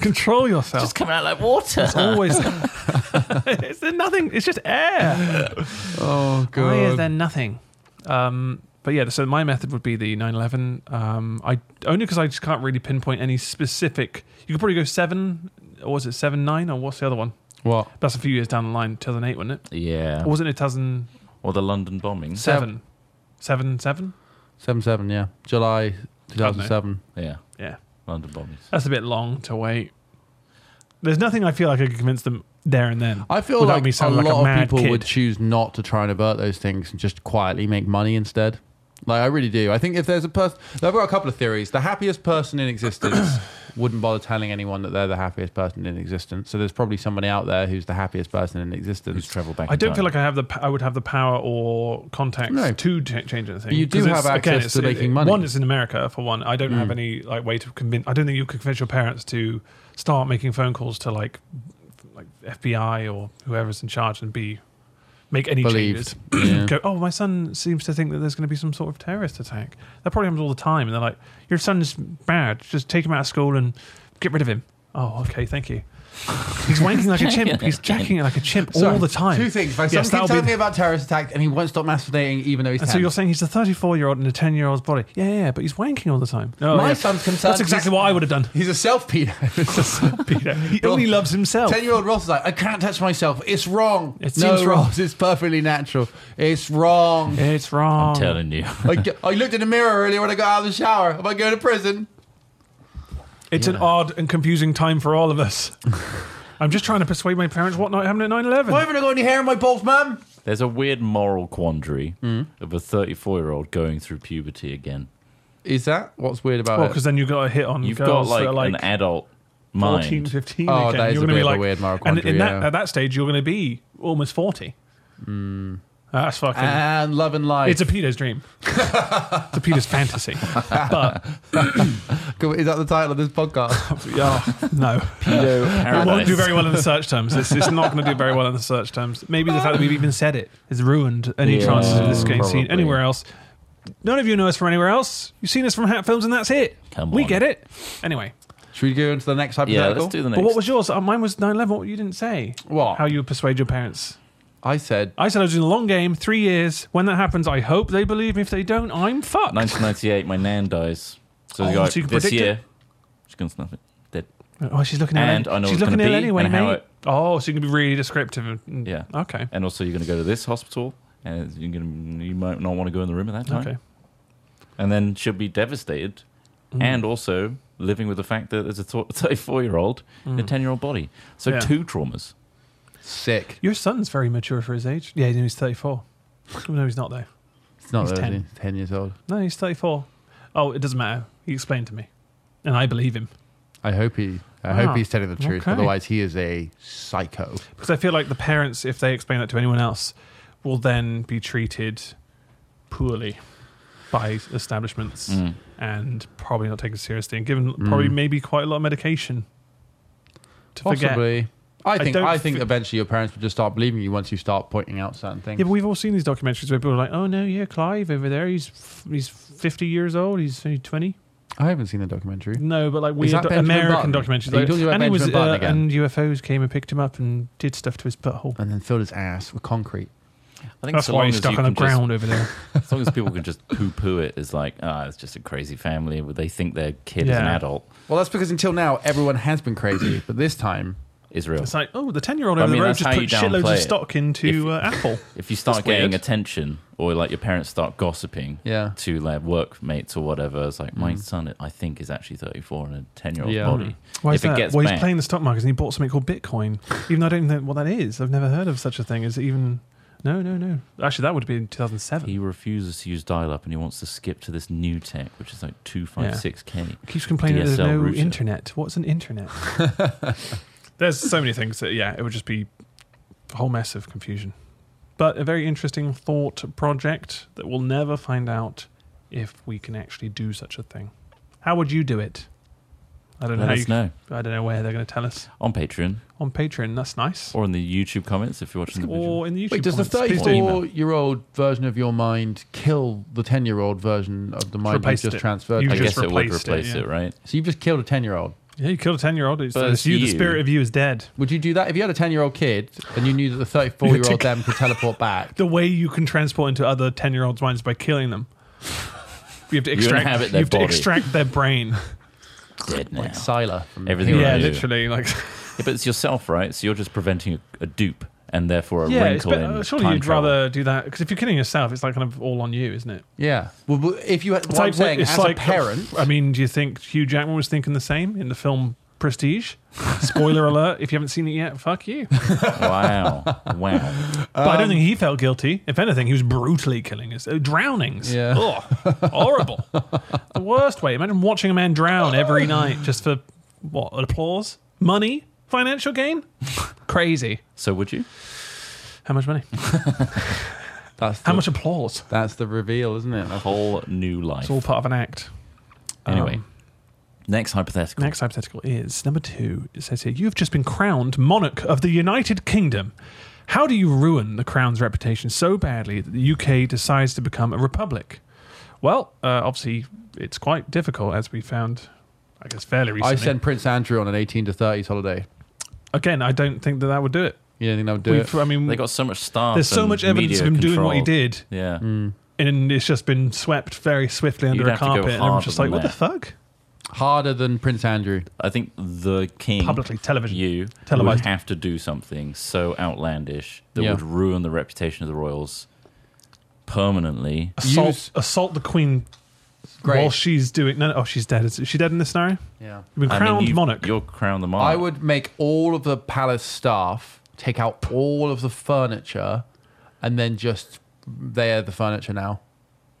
F: Control yourself.
G: Just coming out like water.
F: it's always. (laughs) is there nothing? It's just air.
H: (laughs) Oh god.
F: Why is there nothing? Um, but yeah, so my method would be the 911. Um, I only because I just can't really pinpoint any specific. You could probably go seven, or was it seven nine, or what's the other one?
H: What?
F: That's a few years down the line, 2008, wasn't it?
G: yeah.
F: Or was it 2007?
G: Or the London bombing.
F: Seven, seven, seven?
H: Seven seven. Yeah, July two
F: know.
H: thousand seven.
G: Yeah.
F: Yeah,
G: London bombings.
F: that's a bit long to wait. There's nothing I feel like I could convince them there and then.
H: I feel
F: without
H: like
F: me
H: a
F: sounding
H: lot
F: like a
H: of
F: mad
H: people
F: kid.
H: would choose not to try and avert those things and just quietly make money instead. Like I really do. I think if there's a person, I've got a couple of theories. The happiest person in
F: (coughs)
H: existence wouldn't bother telling anyone that they're the happiest person in existence. So there's probably somebody out there who's the happiest person in
G: Who's
H: existence.
G: travel back
F: I
G: in
F: don't
G: time.
F: feel like I have the. p- I would have the power or contacts
H: No.
F: to ch- change anything.
H: you do
F: 'Cause it's-
H: have access
F: it's-
H: to making money. Mm.
F: One is in America for one. I don't have any like way to convince. I don't think you could convince your parents to start making phone calls to like like FBI or whoever's in charge and be make any
H: Believed.
F: changes. (clears throat)
H: Yeah.
F: Go. Oh, my son seems to think that there's going to be some sort of terrorist attack. That probably happens all the time. And they're like, your son's bad. Just take him out of school and get rid of him. Oh, okay, thank you. He's wanking
H: (laughs)
F: like a chimp. He's jacking it like a chimp all the time.
H: Two things. Van
F: Yes,
H: Someone
F: that'll
H: keeps telling
F: be-
H: me about terrorist attacks, and he won't stop masturbating even though he's
F: And
H: 10.
F: so you're saying he's a 34 year old in a 10 year old's body? Yeah, yeah, yeah, but he's wanking all the time. Oh,
H: My
F: yeah.
H: son's concerned
F: That's exactly what I would have
H: (laughs)
F: done.
H: He's a
F: (laughs)
H: self pedo.
F: Peter. He only loves himself.
H: 10 year old Ross is like, I can't touch myself. It's wrong.
F: It
H: no,
F: seems wrong.
H: Ross, it's perfectly natural. It's wrong.
F: It's wrong.
G: telling you. (laughs)
H: I, g- I looked in the mirror earlier when I got out of the shower. Am I going to prison?
F: It's an odd and confusing time for all of
G: (laughs)
F: us. I'm just trying to persuade my parents what not happened at 9 11.
H: Why haven't I got any hair in my balls, mum?
G: There's a weird moral quandary of a 34 year old going through puberty again.
H: Is that what's weird about
F: Well, because then you got a hit on
G: You've
F: girls
G: got
F: that
G: like,
F: are like
G: an adult
F: 14,
G: mind.
F: 15
H: Oh,
F: again.
H: that is
F: you're gonna
H: a bit
F: be
H: of a
F: like,
H: weird moral
F: And in
H: quandary,
F: that,
H: yeah.
F: at that stage, you're going to be almost 40.
H: Hmm.
F: That's fucking.
H: And love and life.
F: it's a Peter's dream. it's a Peter's fantasy. But,
H: is that the title of this
F: (laughs)
H: podcast?
F: yeah, no. It won't do very well in the search terms. It's, it's not going to do very well in the search terms. Maybe the fact that we've even said it has ruined any
G: Yeah,
F: chances of this getting seen
G: probably.
F: anywhere else. None of you know us from anywhere else. You've seen us from Hat Films, and that's it.
G: Come
F: we
G: on.
F: get it. Anyway,
H: Should we go into the next
G: Yeah,
H: hypothetical?
G: let's do the next.
F: but what was yours? Uh, mine was 9 11. What you didn't say?
H: What?
F: How you would persuade your parents?
H: I said,
F: I said I was doing a long game, three years. When that happens, I hope they believe me. If they don't, I'm fucked.
G: 1998, my nan dies. So,
F: Oh,
G: the guy,
F: so you can
G: this
F: predict it?
G: year, she comes to nothing. Dead.
F: Oh, she's looking ill.
G: And
F: any-
G: I know
F: she's
G: it's
F: looking
G: gonna
F: ill
G: be
F: anyway,
G: and how
F: mate.
G: it-
F: Oh, so you can be really descriptive. and-
G: Yeah.
F: Okay.
G: And also, you're going to go to this hospital, and you're going to, you might not want to go in the room at that time.
F: Okay.
G: And then she'll be devastated,
F: Mm.
G: and also living with the fact that there's a 34 year old in a 10 year old body. So,
F: Mm. Yeah.
G: two traumas.
H: sick.
F: Your son's very mature for his age. Yeah, he's 34. Oh, (laughs) no, he's not, though.
H: It's not
F: He's
H: that
F: 10.
H: he's 10 years old.
F: No, he's 34. Oh, it doesn't matter. He explained to me. And I believe him.
H: I hope he. I
F: Ah,
H: hope he's telling the truth.
F: okay.
H: Otherwise, he is a psycho.
F: Because I feel like the parents, if they explain that to anyone else, will then be treated poorly by establishments
G: Mm.
F: and probably not taken seriously and given probably maybe quite a lot of medication to forget.
H: Possibly. I think.
F: don't
H: I, think
F: thi-
H: eventually your parents will just start believing you once you start pointing out certain things.
F: Yeah, but we've all seen these documentaries where people are like, "Oh no, yeah, Clive over there, he's f- he's fifty years old, he's only 20.
H: I haven't seen the documentary.
F: No, but like weird
H: that
F: do-
H: Benjamin
F: American
H: Button?
F: documentaries.
H: Are you
F: like-
H: talking about
F: and he was,
H: Benjamin Button
F: uh,
H: again?
F: and UFOs came and picked him up and did stuff to his butthole.
H: And then filled his ass with concrete.
G: I think
F: That's
G: so
F: why
G: long
F: he's
G: as
F: stuck
G: you
F: on the
G: can just-
F: ground over there.
G: As long as
F: (laughs)
G: people can just poo poo it, it's like, ah, it's just a crazy family. where They think their kid is an
F: Yeah.
G: adult.
H: Well, that's because until now everyone has been crazy, but this time
G: Israel.
F: It's like, oh, the ten-year-old
G: I
F: over
G: mean,
F: the road
G: that's
F: just
G: how
F: put
G: you
F: shitloads
G: downplay
F: of
G: it.
F: stock into uh, Apple.
G: if you start
H: That's
G: getting
H: weird.
G: attention or like your parents start gossiping
H: Yeah.
G: to their workmates or whatever, it's like my son I think is actually 34 and a 10 year old
H: Yeah.
G: body.
F: Mm. Why
G: if
F: is that?
G: it gets
F: well,
G: back,
F: he's playing the stock market and he bought something called Bitcoin. even though I don't know what that is. I've never heard of such a thing. Is it even? No, no, no. Actually, that would be in 2007.
G: he refuses to use dial up and he wants to skip to this new tech, which is like 256K.
F: keeps complaining that there's
G: DSL
F: no
G: router.
F: internet. What's an
G: (laughs)
F: internet? there's so many things that yeah, it would just be a whole mess of confusion. But a very interesting thought project that we'll never find out if we can actually do such a thing. How would you do it? I don't know.
G: Let
F: how
G: us
F: you-
G: know.
F: I don't know where they're going to tell us
G: On Patreon
F: on Patreon. That's nice. Or,
G: or in the YouTube comments if you're watching the video.
F: in the YouTube.
H: Wait, does the
F: comments. Please do.
H: 34 year old version of your mind kill the 10 year old version of the mind
F: Replaced
H: you just
F: it.
H: transferred?
F: You
H: to?
G: I
F: just
G: guess it would
F: replaced it,
G: replace
F: yeah.
G: it, right?
H: so you've just killed a 10 year old.
F: Yeah, you killed a ten-year-old. It's,
G: But
F: it's
G: it's
F: you. The
G: you.
F: spirit of you is dead.
H: Would you do that? If you had a 10 year old kid and you knew that the 34
F: (laughs)
H: year old them could teleport back,
F: the way you can transport into other 10 year olds' minds by killing them.
G: (laughs)
F: You have to extract,
G: inhabit
F: you
G: their
F: have to
G: body.
F: extract their
G: (laughs)
F: brain. (laughs)
G: Dead now.
H: Scylla from
G: Everything
F: yeah,
G: around you.
F: literally. Like,
G: Yeah, but it's yourself, right? So you're just preventing a, a dupe and therefore a
F: yeah, it's
G: wrinkle
F: bit-
G: in
F: uh, surely
G: time
F: you'd
G: travel.
F: rather do that because if you're killing yourself, it's like kind of all on you, isn't it?
H: Yeah. Well, but if you had,
F: It's
H: what I'm
F: like
H: saying,
F: it's
H: as
F: like (laughs)
H: a parent,
F: I mean, do you think Hugh Jackman was thinking the same in the film Prestige?
G: (laughs)
F: Spoiler alert! If you haven't seen it yet, fuck you.
G: (laughs) Wow. Wow.
F: But I don't think he felt guilty. If anything, he was brutally killing us. Uh, drownings.
H: Yeah.
F: Ugh, horrible. the worst way. Imagine watching a man drown every night just for what? Applause? Money? Financial gain? Crazy.
G: So would you?
F: How much money?
H: that's the,
F: How (laughs) much applause?
H: that's the reveal, isn't it? That's-
G: Whole new life.
F: It's all part of an act.
G: Anyway,
F: Um,
G: next hypothetical.
F: Next hypothetical is number two. It says here, You have just been crowned monarch of the United Kingdom. How do you ruin the crown's reputation so badly that the UK decides to become a republic? Well, uh, obviously, it's quite difficult, as we found, I guess, fairly
H: I
F: recently.
H: send Prince Andrew on an 18 to 30s holiday.
F: Again, I don't think that that would do it.
H: You don't think that would do
F: We've-
H: it?
F: I mean,
G: They got so much staff.
F: There's so
G: and
F: much evidence of
G: media
F: him doing what he
G: control.
F: did.
G: Yeah.
F: and it's just been swept very swiftly under
G: You'd
F: a
G: have to go
F: carpet. And I'm
G: harder
F: just
G: than
F: like, what the
G: that.
F: fuck?
H: Harder than Prince Andrew.
G: I think the king
F: Publicly, television,
G: you
F: televised.
G: would have to do something so outlandish that
H: Yeah.
G: would ruin the reputation of the royals permanently.
F: Assault,
H: Use-
F: assault the queen
H: Great.
F: while she's doing. No, no, oh, she's dead. Is she dead in this scenario?
H: Yeah.
F: You've been
G: I mean,
F: crowned
G: you-
F: monarch.
G: You're crowned the monarch.
H: I would make all of the palace staff take out all of the furniture, and then just they are the furniture now.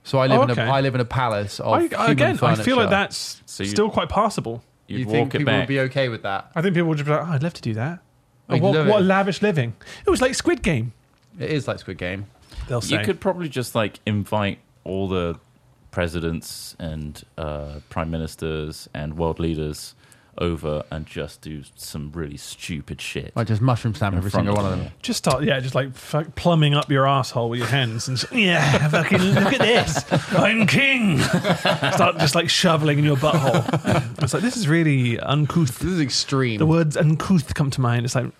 H: So I live
F: Oh,
H: in
F: okay.
H: a I live in a palace of
F: I,
H: human
F: again, I
H: furniture.
F: feel like that's
G: So you-
F: still quite passable.
G: You'd
H: You
G: walk
H: think
G: it
H: people
G: back.
H: would be okay with that?
F: I think people would just be like, oh, I'd love to do that. Oh,
H: We'd
F: what
H: love
F: what
H: it.
F: lavish living. It was like Squid Game,
H: It is like Squid Game.
F: they'll say.
G: You could probably just like invite all the presidents and uh, prime ministers and world leaders over and just do some really stupid shit.
H: I just mushroom stamp
G: in
H: every
G: front
H: single one of
G: them.
H: them.
F: Just start, yeah, just like fuck, plumbing up your asshole with your hands and just, yeah, fucking look at this. I'm king. (laughs) Start just like shoveling in your butthole. It's like, this is really uncouth.
H: This is extreme. Uh,
F: The words uncouth come to mind. It's like,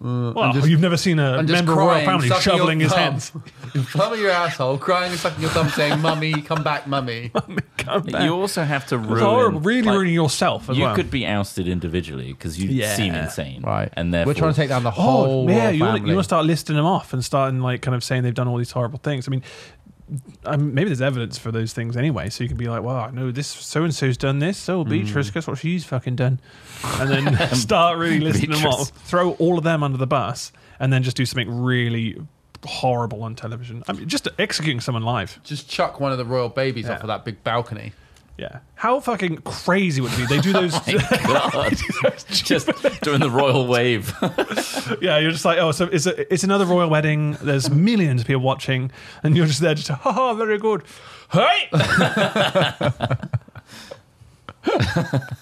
F: well,
H: just-
F: you've never seen a
H: I'm just
F: member of
H: crying,
F: royal family
H: sucking your
F: shoveling his
H: thumb.
F: hands.
H: (laughs) In front of your asshole, crying and sucking your thumb, saying, "Mummy, come back, (laughs) mummy."
F: Come back.
G: You also have to ruin.
F: It's horrible. Really
G: like,
F: ruining yourself as
G: You
F: well.
G: could be ousted individually because you
F: Yeah.
G: seem insane,
H: Right,
G: And therefore,
H: we're trying to take down the
F: Oh,
H: whole
F: yeah,
H: royal
F: you want,
H: family.
F: you want to start listing them off and starting like kind of saying they've done all these horrible things. I mean, I mean, maybe there's evidence for those things anyway, so you can be like, "Well, I know this so and so's done this. So
H: Hmm.
F: Beatrice, guess what she's fucking done?" And
H: (laughs)
F: then (laughs) start really listing them
G: Beatrice.
F: off, throw all of them under the bus, and then just do something really horrible on television. I mean, just executing someone live.
H: just chuck one of the royal babies off
F: Yeah.
H: of that big balcony.
F: Yeah, how fucking crazy would it be? They
H: (laughs) Oh
F: do those. (laughs)
G: (laughs) just doing the royal wave. (laughs)
F: Yeah, you're just like, oh, so it's a, it's another royal wedding. There's millions of people watching, and you're just there, just ha ha, very good. Hey,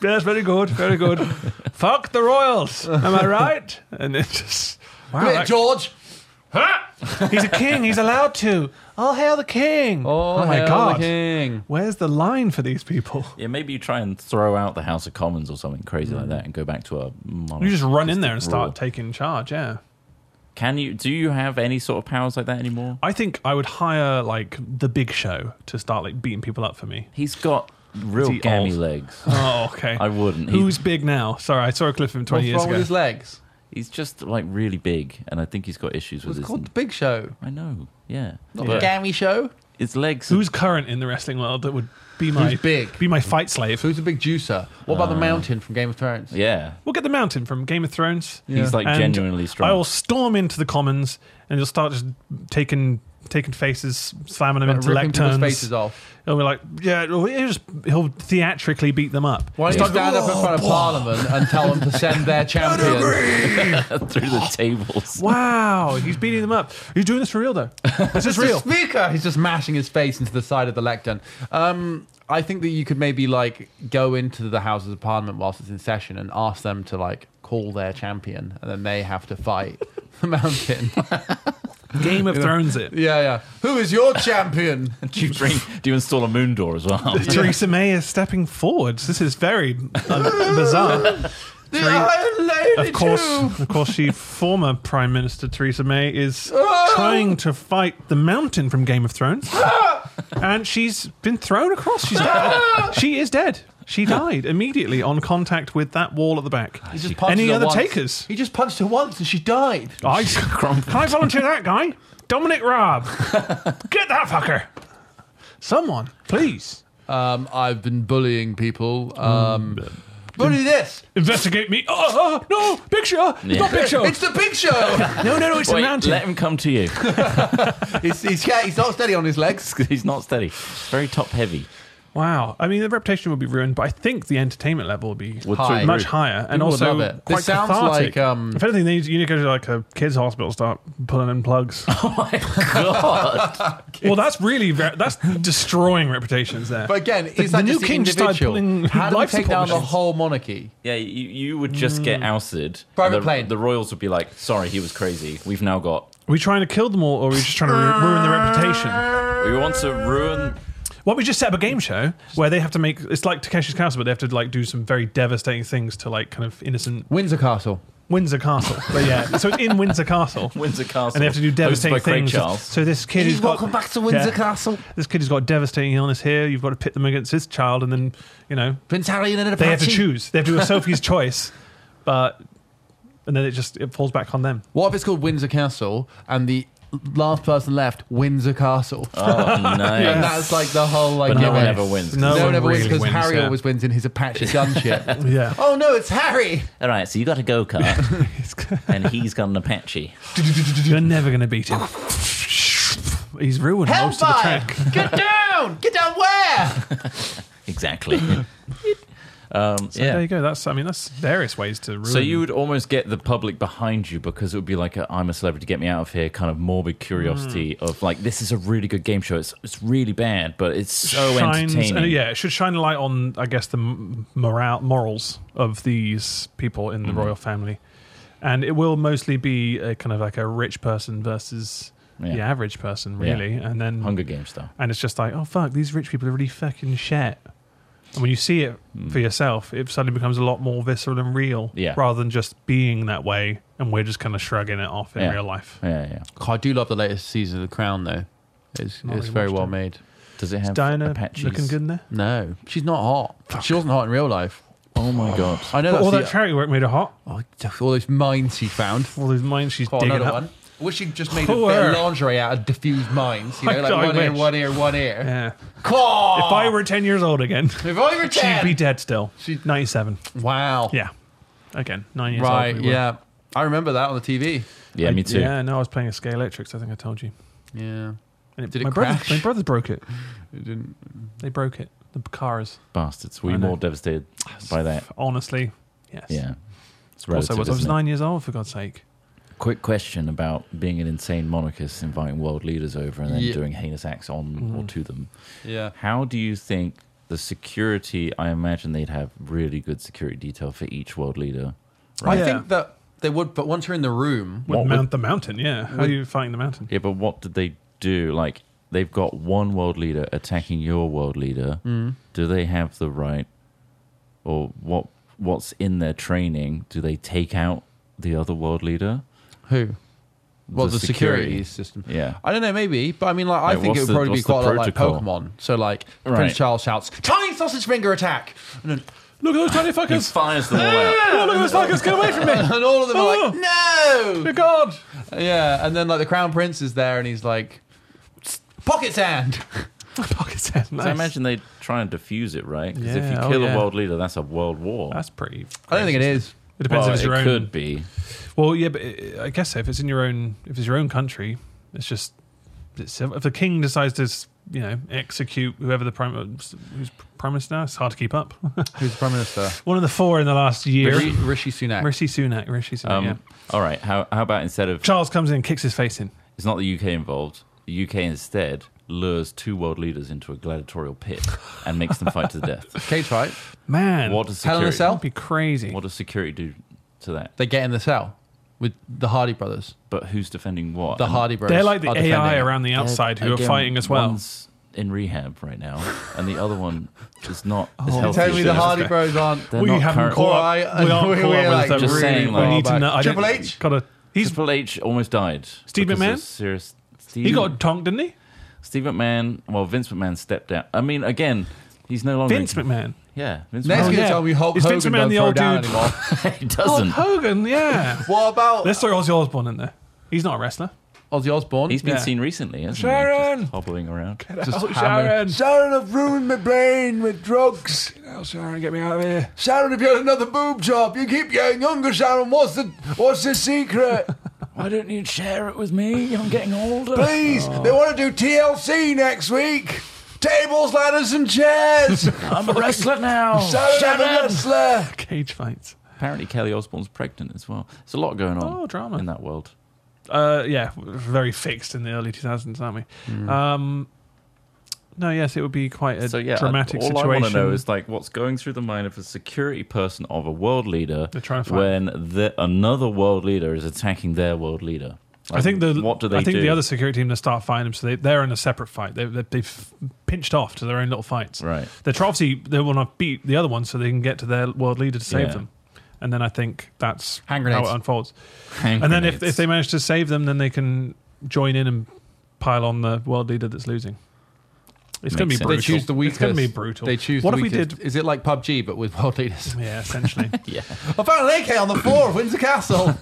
F: yes, very good, very good. Fuck the royals, am I right? And it's just wow,
H: Come here,
F: that-
H: George.
F: he's a king. He's allowed to. All hail the king.
H: Oh,
F: my
H: hail
F: god,
H: the king.
F: where's the line for these people?
G: yeah, maybe you try and throw out the House of Commons or something crazy like that, and go back to a. Monarch,
F: Mm. You just run in there and
G: rule.
F: start taking charge. Yeah.
G: Can you? Do you have any sort of powers like that anymore?
F: I think I would hire like the Big Show to start like beating people up for me.
G: He's got real
F: he
G: gammy
F: old?
G: legs.
F: (laughs) Oh, okay.
G: (laughs) I wouldn't. He-
F: Who's big now? Sorry, I saw a clip of him 20
H: What's
F: years
H: wrong
F: ago.
H: with his legs?
G: He's just like really big, and I think he's got issues with
H: It's
G: his.
H: called the Big Show,
G: I know. Yeah,
H: not the
G: But
H: Gammy Show.
G: his legs.
F: Who's current in the wrestling world that would be my
H: Who's big?
F: Be my fight slave.
H: Who's the big juicer? What about the Mountain from Game of Thrones?
G: yeah,
F: We'll get the mountain from Game of Thrones.
G: he's like
F: And
G: genuinely strong.
F: I will storm into the commons and just start just taking taking faces, slamming them
H: Like
F: into
H: ripping people's
F: lecterns.
H: faces off.
F: He'll be like, yeah, he'll, he'll just he'll theatrically beat them up.
H: Why don't you stand up in front of Parliament and tell them to send their champion?
G: (laughs)
F: (laughs)
G: through the tables.
F: Wow, he's beating them up. He's doing this for real though. This
H: (laughs)
F: is real.
H: Speaker. He's just mashing his face into the side of the lectern. Um, I think that you could maybe like go into the Houses of Parliament whilst it's in session and ask them to like call their champion, and then they have to fight (laughs) the Mountain.
F: Game of Thrones it.
H: (laughs) yeah, yeah. Who is your champion?
G: Do you bring? Do you install a moon door as well?
F: Theresa May is stepping forwards. This is very uh, bizarre.
H: the Iron Lady.
F: Of course,
H: too.
F: of course, she former Prime Minister Theresa May is trying to fight the Mountain from Game of Thrones, and she's been thrown across. She's dead. she is dead. She died immediately on contact with that wall at the back.
H: He just punched
F: Any
H: her
F: other
H: once.
F: takers?
H: He just punched her once and (laughs) she died.
F: I, can I volunteer that guy, Dominic Raab?
H: (laughs)
F: Get that fucker! Someone, please
H: Um, I've been bullying people. Um,
F: Mm.
H: bully this.
F: investigate me. Oh, oh, no, picture. It's not picture.
H: It's the
F: (laughs)
H: big show.
F: no, no, no. It's the
G: Wait,
F: mountain.
G: let him come to you.
H: he's, he's, yeah, he's not steady on his legs.
G: he's not steady. He's very top heavy.
F: Wow. I mean, the reputation would be ruined, but I think the entertainment level would be
G: Would High.
F: much
G: through-
F: higher and
H: People would
F: also
H: love it.
F: quite
H: This sounds
F: cathartic.
H: like, um,
F: if anything, they need, you need to go to like a kids' hospital, start pulling in
H: (laughs)
F: plugs.
H: Oh
G: God,
F: well, that's really ver- that's destroying reputations there.
H: But again,
F: the,
H: he's
F: the
H: like
F: new
H: just the
F: king just started
H: individual.
F: pulling
H: How do we
F: life
H: take
F: support
H: down the
F: machines.
H: whole monarchy?
G: yeah, you, you would just get ousted.
H: Private
G: the,
H: plane.
G: The royals would be like, "Sorry, he was crazy. We've now got.
F: Are we trying to kill them all, or are we just trying to ru- ruin the reputation?
G: We want to ruin
F: What we just set up a game show where they have to make it's like Takeshi's Castle, but they have to like do some very devastating things to like kind of innocent
H: Windsor Castle.
F: Windsor Castle. But yeah, so it's in Windsor Castle.
G: (laughs) Windsor Castle.
F: And they have to do
G: hosted by
F: devastating
G: Craig
F: things.
G: Charles.
F: (laughs) So this kid who's got Yeah. This kid who's got a devastating illness here. You've got to pit them against his child, and then you know
H: Prince Harry and an
F: they have to choose. They have to do a Sophie's choice, but and then it just it falls back on them.
H: What if it's called Windsor Castle and the last person left Windsor Castle?
F: (laughs)
G: Oh,
H: And
G: nice.
H: that's like the whole like
G: But no
H: gimmick.
G: one ever wins.
F: No
H: No,
F: one
H: one ever wins
F: really
H: because
F: wins,
H: Harry
F: yeah.
H: always wins in his
F: (laughs)
H: Apache gunship.
F: Yeah.
H: oh no, it's Harry.
G: All right, so you got a
F: (laughs)
G: go kart, and he's got an Apache.
F: You're never going to beat him. He's ruined most of the
H: Hellfire!
F: track.
H: (laughs) Get down! Get down where?
F: (laughs)
G: Exactly. um, so
F: There
G: yeah.
F: you go. That's I mean that's various ways to ruin.
G: So you would almost get the public behind you because it would be like a "I'm a celebrity, get me out of here" kind of morbid curiosity
F: Mm.
G: of like this is a really good game show. It's it's really bad, but it's so
F: shines,
G: entertaining.
F: uh, yeah, it should shine a light on, I guess, the m- morale, morals of these people in the
G: Mm.
F: royal family, and it will mostly be a kind of like a rich person versus the
G: Yeah.
F: average person, really, and then
G: Hunger Games style.
F: and it's just like, oh fuck, these rich people are really fucking shit. And when you see it for yourself, it suddenly becomes a lot more visceral and real,
G: Mm. Yeah.
F: rather than just being that way. And we're just kind of shrugging it off in
G: Yeah.
F: real life.
G: Yeah, yeah.
H: (laughs) God, I do love the latest season of The Crown though. It's,
F: Not
H: it's
F: really
H: very
F: watched
H: well
F: it.
H: made.
G: Does it have
F: Diana
G: Apaches?
F: looking good in there.
H: No, she's not hot. She wasn't hot in real life.
G: Oh my god!
H: I know
F: But
H: that's
F: all
H: the,
F: that charity work made her hot.
H: Oh, (laughs) all those mines she found.
F: All those mines (laughs) she's
H: Oh,
F: digging
H: another
F: up.
H: one. Wish she'd just made
F: Poor.
H: a bit of lingerie out of diffused mines.
F: (laughs)
H: You
F: I
H: know, like
F: don't
H: one ear,
F: wish.
H: one ear, one ear.
F: Yeah.
H: Claw!
F: If I were 10 years old again, (laughs)
H: If I were
F: she'd
H: 10.
F: be dead still.
H: She'd-
F: 97.
H: Wow.
F: Yeah. Again, nine years
H: Right,
F: old. we were.
H: yeah. I remember that on the TV.
G: Yeah, me too.
F: Yeah, no, I was playing a Scale Electrics, I think I told you.
H: Yeah.
F: And
H: Did it
F: my brothers-
H: crash?
F: my brothers broke it.
H: It didn't.
F: They broke it. The cars.
G: Bastards. Were
F: I
G: you
F: know.
G: more devastated by that?
F: Honestly, yes.
G: Yeah. It's
F: Also,
G: relative,
F: was, I was
G: isn't it?
F: nine years old, for God's sake.
G: Quick question about being an insane monarchist inviting world leaders over and then
H: Yeah.
G: doing heinous acts on or
F: Mm-hmm.
G: to them.
H: Yeah.
G: How do you think the security? I imagine they'd have really good security detail for each world leader.
H: I
F: Yeah.
H: think that they would, but once you're in the room,
F: Would
G: What
F: mount
G: would-
F: the mountain, yeah. How are you fighting the mountain?
G: Yeah, but what did they do? Like, they've got one world leader attacking your world leader.
F: Mm.
G: Do they have the right, or what? What's in their training? Do they take out the other world leader?
H: who? Well, the, security.
G: security.
H: system.
G: Yeah.
H: I don't know, maybe, but I mean, like,
G: Like,
H: I think
G: what's
H: it would
G: the-
H: probably be
G: what's the
H: quite a lot like
G: protocol?
H: Pokemon. So, like,
G: Right.
H: Prince Charles shouts, "Tiny sausage finger attack!" (laughs) And, then,
F: Look at those tiny
G: He
F: fuckers.
G: fires them all out.
F: Oh, look at those fuckers. Get away (laughs) from me.
H: and all of them are like, "No!"
G: Oh!
F: Dear God. (laughs)
H: Yeah, and then like the crown prince is there, and he's like, "Pocket sand."
F: Pocket sand.
G: So I imagine they try and defuse it, right? Because if
F: Yeah,
G: you
F: oh,
G: kill
F: yeah.
G: a world leader, that's a world war.
F: That's pretty.
H: I don't think it is.
F: It depends
G: well,
F: if it's
G: it
F: your own.
G: could be.
F: Well, yeah, but uh, i I guess so. if it's in your own, if it's your own country, it's just it's civil. if the king decides to, s- you know, execute whoever the prime who's prime minister now, it's hard to keep up. (laughs)
H: Who's the prime minister?
F: One of the four in the last year.
H: Rishi, Rishi Sunak.
F: Rishi Sunak. Rishi Sunak.
G: Um,
F: yeah.
G: All right. How, how about instead of
F: Charles comes in, kicks his face in.
G: it's not the UK involved, the UK instead lures two world leaders into a gladiatorial pit and makes them fight to the death.
H: Cage fight.
F: Man,
G: What does
H: Hell in a
G: security?
H: Cell?
F: that'd be crazy.
G: What does security do to that?
H: They get in the cell with the Hardy brothers.
G: But who's defending what?
H: The
G: And
H: Hardy brothers.
F: They're like the
H: are defending
F: AI
H: it.
F: around the outside who are
G: again,
F: fighting as well.
G: One's in rehab right now, and the other one is
H: (laughs)
G: not. As
H: You're
G: healthy
H: telling
G: as
H: Oh, me the
G: she is.
H: Hardy Bros aren't.
G: They're not
F: haven't
G: current- uh,
F: caught up.
H: Alright,
F: We aren't
H: we-
F: caught
H: we're
F: up with
H: like
F: them.
G: just saying,
F: we
G: like-
F: need to know. I
H: Triple
F: don't-
H: H?
F: Gotta, he's,
G: Triple H almost died.
F: Steve
G: because
F: McMahon?
G: of Serious. Steve,
F: he got tonked, didn't he?
G: Steve McMahon. Well, Vince McMahon stepped down. I mean, again, he's no longer
F: Vince McMahon.
G: Yeah, Vince McMahon.
H: Next, oh,
F: yeah.
H: yeah. tell me Hulk
F: Is
H: Hogan
F: Vince
H: doesn't
F: McMahon the
H: throw
F: old
H: down
F: dude? (laughs)
G: (laughs)
H: anymore.
G: he doesn't.
H: Oh,
F: Hogan,
G: (laughs)
F: yeah.
H: what about
F: Let's throw Ozzy Osbourne in there. He's not a wrestler.
H: Ozzy Osbourne?
G: He's been
F: Yeah.
G: seen recently, hasn't he?
F: Sharon!
G: Just hobbling around.
H: just
F: Oh,
H: hammered.
F: Sharon.
H: Sharon, I've ruined my brain with drugs.
F: Oh, Sharon, get me out of here.
H: Sharon, if you had another boob job, you keep getting younger. Sharon, what's the what's the secret?
G: Why don't you share it with me? I'm getting older.
H: Please, they want to do TLC next week. Tables, ladders, and (laughs) chairs.
G: I'm a wrestler
H: (laughs)
G: now.
H: Sharon, I'm a wrestler.
F: (laughs) Cage fights.
G: Apparently, Kelly Osbourne's pregnant as well. There's a lot going on.
F: Oh, drama.
G: in that world.
F: Uh, yeah, very fixed in the early 2000s, aren't we? Um, no, yes, it would be quite a
G: Hmm. So yeah,
F: dramatic
G: all I
F: situation.
G: want to know is like what's going through the mind of a security person of a world leader
F: They're trying to fight.
G: when the, another world leader is attacking their world leader.
F: I think the
G: what do they
F: I think
G: do?
F: the other security team to start fighting them, so they, they're in a separate fight. They, they, they've pinched off to their own little fights.
G: Right.
F: They're try- obviously they want to beat the other one so they can get to their world leader to save
G: Yeah.
F: them. and then I think that's
H: Hand
F: how
H: grenades.
F: it unfolds.
G: Hand
F: and then if,
G: grenades.
F: if they manage to save them, then they can join in and pile on the world leader that's losing. It's going
G: Makes
F: to be
G: sense.
F: brutal.
H: They choose the
F: It's
H: weakest.
F: going to be brutal.
H: They choose.
F: What
H: the
F: if
H: weakest.
F: we did?
H: Is it like PUBG but with world leaders?
F: (laughs) Yeah, essentially.
H: I found an AK on the floor of Windsor Castle.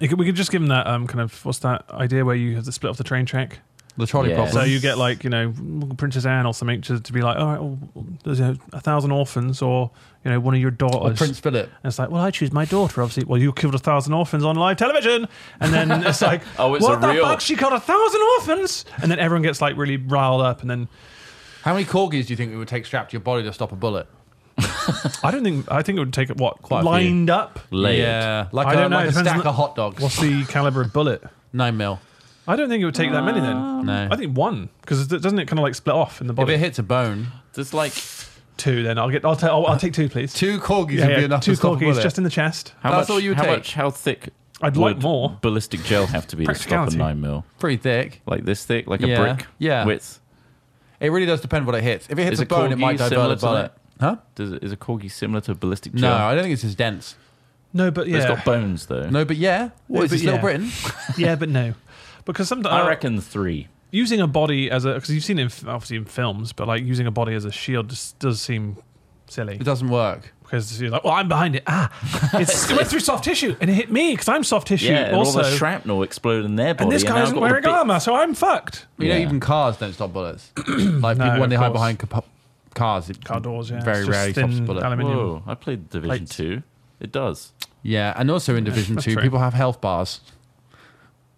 F: You could- we could just give them that um, kind of what's that idea where you have to split off the train track.
H: (laughs) the trolley
G: Yeah.
H: problem.
F: So you get like you know Princess Anne or something to, to be like, all right, well, there's a, a thousand orphans or you know one of your
H: or
F: daughters.
H: Prince Philip.
F: And it's like, well, I choose my daughter, obviously. Well, you killed a thousand orphans on live television. And then it's like,
G: Oh, it's
F: what
G: a
F: the
G: real-
F: fuck? She killed a thousand orphans. And then everyone gets like really riled up. And then
H: How many corgis do you think it would take strapped to your body to stop a bullet?
F: I don't think, I think it would take it, what,
H: Quite a few.
F: lined up?
G: Layered.
H: Yeah, like
F: I
H: a,
F: don't know,
H: like
F: it
H: a
F: depends
H: stack
F: on the-
H: of hot dogs.
F: What's the caliber of bullet?
H: Nine mil.
F: I don't think it would take that many then.
H: No.
F: I think one, because doesn't it kind of like split off in the
H: if
F: body?
H: it hits a bone,
G: There's like
F: two, then I'll get, I'll, ta- I'll, I'll take two, please.
H: two corgis
F: yeah,
H: would
F: yeah,
H: be enough
F: two
H: to stop a
F: corgis
H: bullet.
F: just in the chest.
G: how
H: That's
G: much?
H: all you would
G: how
H: take.
G: much? How thick?
F: I'd like
G: would
F: more.
G: ballistic gel have to be to stop a
F: Practicality.
G: nine mil.
H: Pretty thick.
G: Like this thick, like
H: Yeah.
G: a brick.
H: Yeah.
G: Width.
H: It really does depend what it hits. If it hits
G: Is
H: a
G: a
H: bone, it might
G: corgi similar
H: divert a
G: to
H: bullet. Huh?
G: Does it, is a corgi similar to ballistic
H: No,
G: gel?
H: I don't think it's as dense.
F: No, but
G: But
F: yeah.
G: It's got bones though.
H: No, but yeah. What
F: but
H: is this, Little
F: yeah.
H: Britain?
F: (laughs) yeah, but no. Because uh, sometimes
G: I reckon three.
F: using a body as a because you've seen it in, obviously in films, but like using a body as a shield just does seem silly
H: It doesn't work.
F: because you're like, well, I'm behind it.
G: (laughs)
F: Ah, it's, it went through soft tissue and it hit me because I'm soft tissue.
G: Yeah, and
F: also,
G: all the shrapnel exploded in their body.
F: and this guy
G: now
F: isn't
G: I've got all the
F: wearing
G: bit-
F: armor, so I'm fucked.
H: You know,
G: Yeah.
H: even cars don't
F: (clears throat)
H: stop bullets. like people,
F: of
H: when they hide
F: course.
H: behind capa- cars, it
F: Car doors, yeah,
H: very
F: it's
H: rarely
F: just
H: stops a
F: thin
H: bullet.
F: aluminium.
G: Whoa, I played Division
F: Plates.
G: Two. It does.
H: Yeah, and also in Division
F: that's
H: Two,
F: true.
H: people have health bars.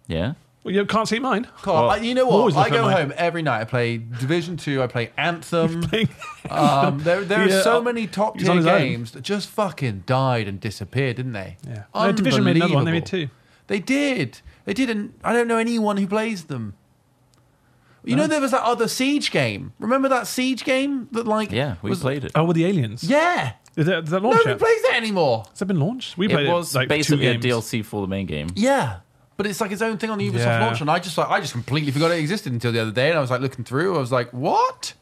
G: Yeah.
F: Well, you can't see mine. (laughs)
H: God, I- you know
F: Well,
H: what?
F: always
H: I
F: look at
H: go
F: my-
H: home every night. I play Division Two. I play
F: (laughs)
H: Anthem.
F: yeah, (laughs)
H: um, there there
F: Yeah,
H: are so
F: uh,
H: many top
F: he's on
H: tier
F: his own.
H: games that just fucking died and disappeared, didn't they?
F: no, Division made another one. They made
H: Unbelievable.
F: two.
H: They did. They didn't. I don't know anyone who plays them. You know, there was that other Siege game. Remember that Siege game that like
G: Yeah, we
H: was,
G: played it.
F: Oh, with the aliens.
H: Yeah,
F: Is that, did that launch
H: nobody
F: yet?
H: plays that anymore.
F: Has that been launched? We played
G: It
F: it,
G: was
F: like
G: basically
F: two
G: a
F: games.
G: DLC for the main game.
H: Yeah, but it's like its own thing on the Ubisoft
F: Yeah.
H: launch, and I just like I just completely forgot it existed until the other day, and I was like looking through, I was like, what?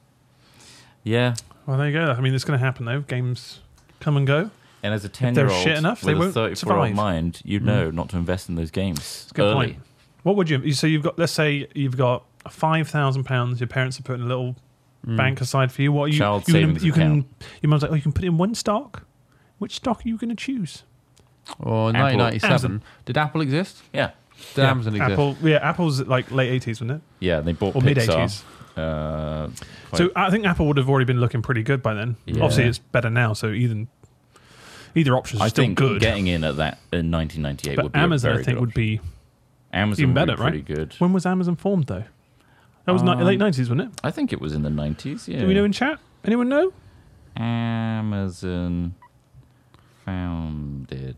G: Yeah.
F: Well, there you go. I mean, it's going to happen though. Games come and go.
G: And as a
F: they're
G: ten-year-old
F: shit enough, they
G: with a
F: won't
G: thirty-four-year-old
F: survive. Mm.
G: mind, you know not to invest in those games
F: Good
G: early.
F: point. What would you? So you've got, let's say, you've got five thousand pounds. Your parents are putting a little bank aside for you. What are you?
G: Mm. Child
F: you
G: savings
F: can, you can.
G: account.
F: Your mum's like, oh, you can put in one stock. Which stock are you going to choose?
H: Or
G: Apple.
H: 1997,
F: Amazon.
H: did Apple exist?
G: Yeah.
H: Did Amazon exist?
F: Apple. Yeah, Apple's like late eighties, wasn't it?
G: Yeah, they bought
F: Or mid
G: Pixar.
F: eighties.
G: Uh,
F: So
G: quite-
F: I think Apple would have already been looking pretty good by then.
G: Yeah.
F: Obviously, it's better now. So either either option's
G: I
F: still
G: think
F: good.
G: getting in at that in 1998
F: but
G: would be a
F: Amazon,
G: very
F: I think,
G: good
F: would be
G: option. Amazon
F: even
G: would
F: better,
G: be
F: right?
G: Pretty good.
F: When was Amazon formed though? That was ni- late nineties, wasn't it?
G: I think it was in the 90s. Yeah.
F: Do we know in chat? Anyone know?
G: Amazon founded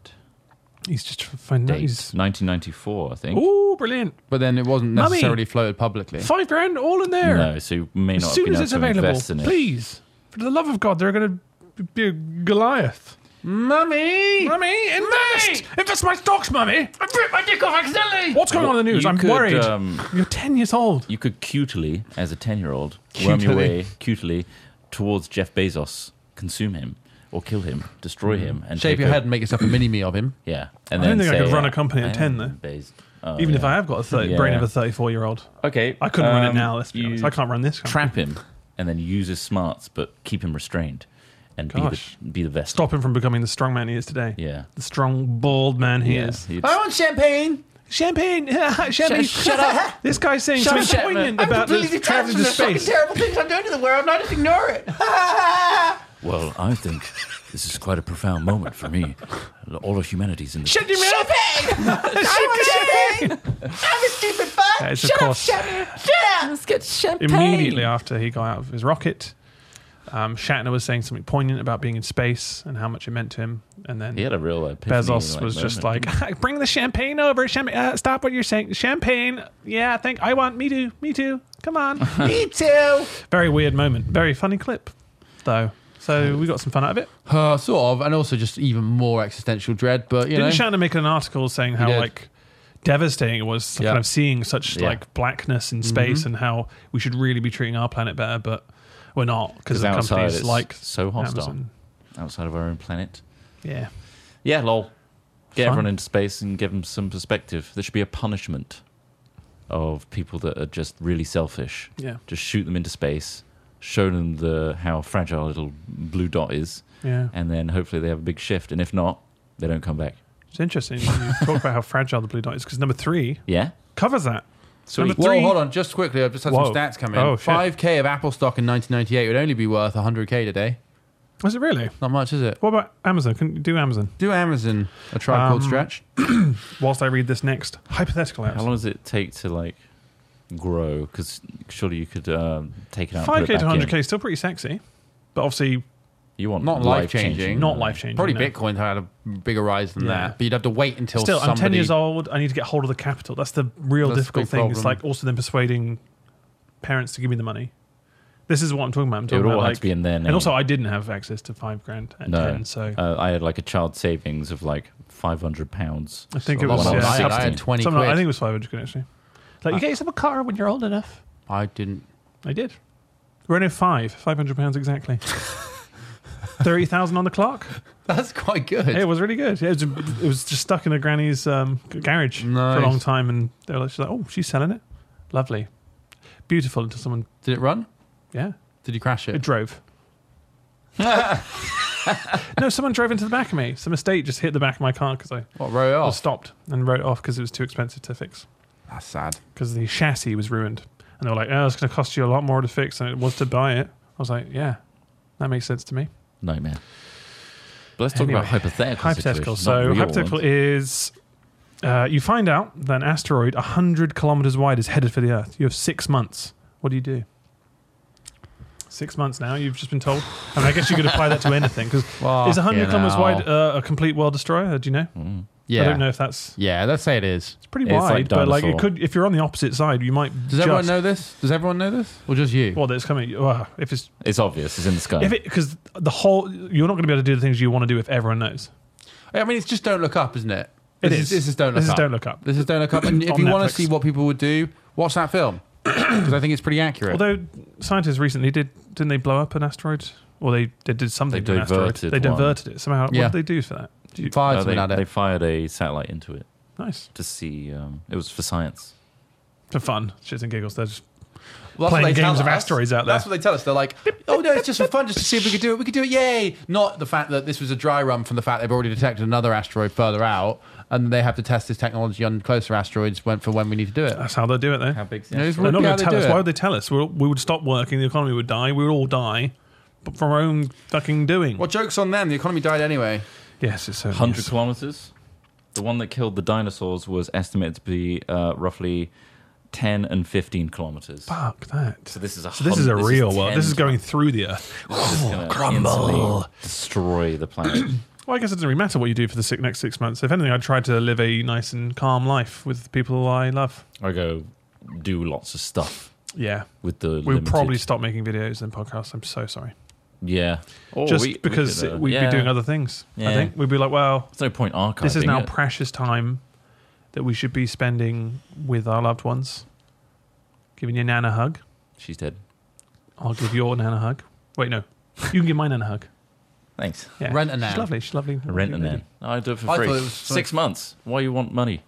F: He's just finding out.
G: date
F: He's
G: 1994, I think.
F: oh, brilliant.
H: But then it wasn't
F: Mummy.
H: necessarily floated publicly.
F: Five grand all in there.
G: No, so you may not
F: as
G: have
F: soon
G: been
F: as
G: able
F: it's
G: to
F: available,
G: invest in it.
F: please. For the love of God, they're going to be a Goliath.
H: Mummy!
F: Mummy, invest! Invest my stocks, mummy! I've ripped my dick off accidentally! What's going on in the news?
G: You
F: I'm
G: could,
F: worried.
G: um,
F: You're 10 years old.
G: you could cutely, as a 10 year old, worm your
H: Cutely.
G: way cutely towards Jeff Bezos, consume him, or kill him, destroy
F: Mm.
G: him, and
H: Shave
G: take
H: your
G: o-
H: head and make yourself a mini me of him.
G: Yeah. And
F: I don't
G: then
F: think I could
G: say,
F: run a
G: uh,
F: company at 10 though.
G: "I'm Bez- oh,
F: Even if
G: yeah.
F: I have got a 30,
G: Yeah.
F: brain of a 34 year old,
G: Okay.
F: I couldn't run it
G: um,
F: now, let's be
G: you
F: honest. I can't run this.
G: Trap him and then use his smarts, but keep him restrained and be
F: Gosh.
G: the, be the best.
F: Stop him from becoming the strong man he is today.
G: Yeah.
F: The strong, bald man he
G: Yeah,
F: is.
G: you'd-
H: I want champagne!
F: Champagne! (laughs) Champagne! Shut up! (laughs) This guy's saying
G: Shut up,
F: something
G: Chapman.
F: poignant
G: I'm
F: about this
H: detached
F: traveling
H: from
F: to
H: the fucking
F: space.
H: terrible things I'm doing to the world, and I just ignore it.
G: Well, I think this is quite a profound moment for me. All of humanity's in the.
F: Shut your mouth!
H: champagne! I'm a stupid fuck!
F: That is, of course,
G: Let's get champagne.
F: immediately after he got out of his rocket. Um, Shatner was saying something poignant about being in space and how much it meant to him, and then
G: He had a real epiphany,
F: Bezos
G: like,
F: was just
G: moment.
F: like, (laughs) "Bring the champagne over, champagne. Uh, stop what you're saying, champagne. Yeah, thank. I want me too, me too. Come on."
H: Me too!
F: Very weird moment. Very funny clip, though. So we got some fun out of it.
H: Uh, sort of, and also just even more existential dread, but you
F: Didn't
H: know.
F: Shatner make an article saying how
H: did.
F: like devastating it was
H: Yeah.
F: kind of seeing such
G: Yeah. Mm-hmm.
F: like blackness in space and how we should really be treating our planet better, but we're not because
G: 'Cause
F: of
G: outside
F: companies
G: it's
F: like
G: so hostile.
F: Amazon.
G: outside of our own planet.
F: Yeah.
G: Yeah, lol. Get
F: Fun.
G: everyone into space and give them some perspective. There should be a punishment of people that are just really selfish.
F: Yeah.
G: Just shoot them into space, show them the how fragile little blue dot is,
F: Yeah.
G: and then hopefully they have a big shift. And if not, they don't come back.
F: It's interesting. You talk about how (laughs) fragile the blue dot is because number three
G: Yeah.
F: covers that.
G: Sweet.
F: Number three.
H: Well, hold on, just quickly. I've just had
F: Whoa.
H: some stats come in.
F: Oh, shit.
H: 5K of Apple stock in 1998 would only be worth 100K today.
F: Was it really?
H: Not much, is it?
F: What about Amazon? Couldn't you do Amazon?
H: Do Amazon a try
F: Um,
H: called stretch?
F: Whilst I read this next hypothetical
G: How
F: apps.
G: long does it take to like grow? Because surely you could um, take it out. and
F: Five
G: put
F: k to
G: it back in.
F: hundred k is still pretty sexy, but obviously
G: You want
H: Not life
G: life-changing.
H: changing.
F: not life changing.
H: Probably Bitcoin had a bigger rise than
F: Yeah.
H: that, but you'd have to wait until
F: Still,
H: somebody.
F: I'm ten years old. I need to get hold of the capital. That's the real
H: That's the
F: difficult
H: big
F: thing. It's
H: problem.
F: like also then persuading parents to give me the money. This is what I'm talking about. I'm talking
G: would all
F: about
G: have
F: like,
G: to be in their name.
F: and also I didn't have access to five grand at
G: No,
F: ten, so
G: uh, I had like a child savings of like five hundred pounds.
F: I think
G: So
F: it was.
G: when
H: I,
G: I was
F: yeah,
H: had, I
G: 16.
H: had 20
F: something like-
H: quid.
F: I think it was five hundred actually. Like
G: Uh,
F: you get yourself a car when you're old enough.
H: I didn't. (laughs)
F: I did. Renault five, five hundred pounds exactly.
G: (laughs)
F: Thirty thousand on the clock.
H: That's quite good.
F: It was really good. It was, it was just stuck in a granny's um, g- garage for
H: Nice.
F: a long time, and they were like, she's like, "Oh, she's selling it. Lovely, beautiful." Until someone,
H: Did it run?
F: yeah,
H: Did you crash
F: it
H: it?
F: drove. (laughs) no, someone drove into the back of me. Some estate just hit the back of my car because I
H: What, row it
F: I
H: off?
F: stopped and wrote it off because it was too expensive to fix
H: That's sad.
F: because the chassis was ruined. And they were like, "Oh, it's going to cost you a lot more to fix than it was to buy it." I was like, "Yeah, that makes sense to me."
G: nightmare. But let's talk
F: Anyway,
G: about hypothetical.
F: hypothetical.
G: situations, not
F: So
G: real
F: hypothetical
G: ones.
F: is uh, you find out that an asteroid 100 kilometers wide is headed for the Earth. You have six months. What do you do? Six months now. You've just been told. I mean, I guess you could apply that to anything because is 100
H: Fucking
F: kilometers
H: hell.
F: wide uh, a complete world destroyer? Do you know? I
H: Yeah.
F: don't know if that's
H: Yeah, let's say it is.
F: it's pretty
G: It's like
F: wide, but like it
G: dinosaur.
F: could. If you're on the opposite side, you might.
H: Does
F: just,
H: everyone know this? Does everyone know this? Or just you?
F: Well, that it's coming. Uh, if it's
G: It's obvious. It's in the sky.
F: if it because the whole you're not going to be able to do the things you want to do if everyone knows.
H: I mean, it's just don't look up, isn't it?
F: It
H: this
F: is.
H: This is don't look
F: This is
H: up.
F: Don't Look Up.
H: This is don't look up. And if
F: On
H: you want
F: Netflix.
H: to see what people would do, watch that
F: (coughs)
H: film because I think it's pretty accurate.
F: Although scientists recently did, didn't they blow up an asteroid? Or they, they did something
G: They
F: to an asteroid.
G: diverted
F: They
G: one.
F: diverted it somehow.
H: Yeah.
F: What did they do for that? Do you-
H: Fired
G: No, Uh, they,
H: something at it.
G: they fired a satellite into it
F: nice.
G: to see. Um, it was for science.
F: For fun. Shits and giggles. They're just,
H: Well, that's
F: playing
H: what they
F: games
H: tell
F: of
H: us.
F: asteroids out
H: That's
F: there.
H: what they tell us. They're like, oh no, it's just for fun, just to see if we could do it. We could do it, yay! Not the fact that this was a dry run from the fact they've already detected another asteroid further out, and they have to test this technology on closer asteroids when, for when we need to do it.
F: that's how they do it, though.
G: How big's the
H: You know, it's
F: They're not
H: really
F: going
H: how
F: to
H: they
F: tell
H: do
F: us.
H: it.
F: Why would they tell us? We'll, we would stop working. The economy would die. We would all die. But from our own fucking doing.
H: Well, jokes on them. The economy died anyway.
F: Yes, it's so.
G: 100 kilometers. The one that killed the dinosaurs was estimated to be uh, roughly 10 and 15 kilometers.
F: Fuck that.
G: So this is a
F: So this is a
G: hun- this
F: real
G: is
F: world.
G: 10
F: This is going through the earth.
G: gonna instantly Destroy the planet. (clears throat)
F: Well, I guess it doesn't really matter what you do for the six, next six months. If anything, I try to live a nice and calm life with the people I love.
G: I go do lots of stuff
F: Yeah.
G: with the.
F: We'll
G: limited-
F: probably stop making videos and podcasts. I'm so sorry.
G: Yeah. Or
F: Just
G: Oh, we- we
F: because
G: could, uh,
F: we'd
G: yeah.
F: be doing other things. I
G: Yeah.
F: think we'd be like, well,
G: There's no point archiving.
F: this is now
G: it.
F: precious time that we should be spending with our loved ones. Giving your nana a hug.
G: She's dead.
F: I'll give your nana a hug. Wait, no. You can give my nana a hug.
G: Thanks.
F: Yeah.
H: Rent a nan.
F: She's lovely. She's lovely.
G: Rent and then. No, I do it for
H: I
G: free.
H: thought it was
G: Six
H: something-
G: months. Why you want money?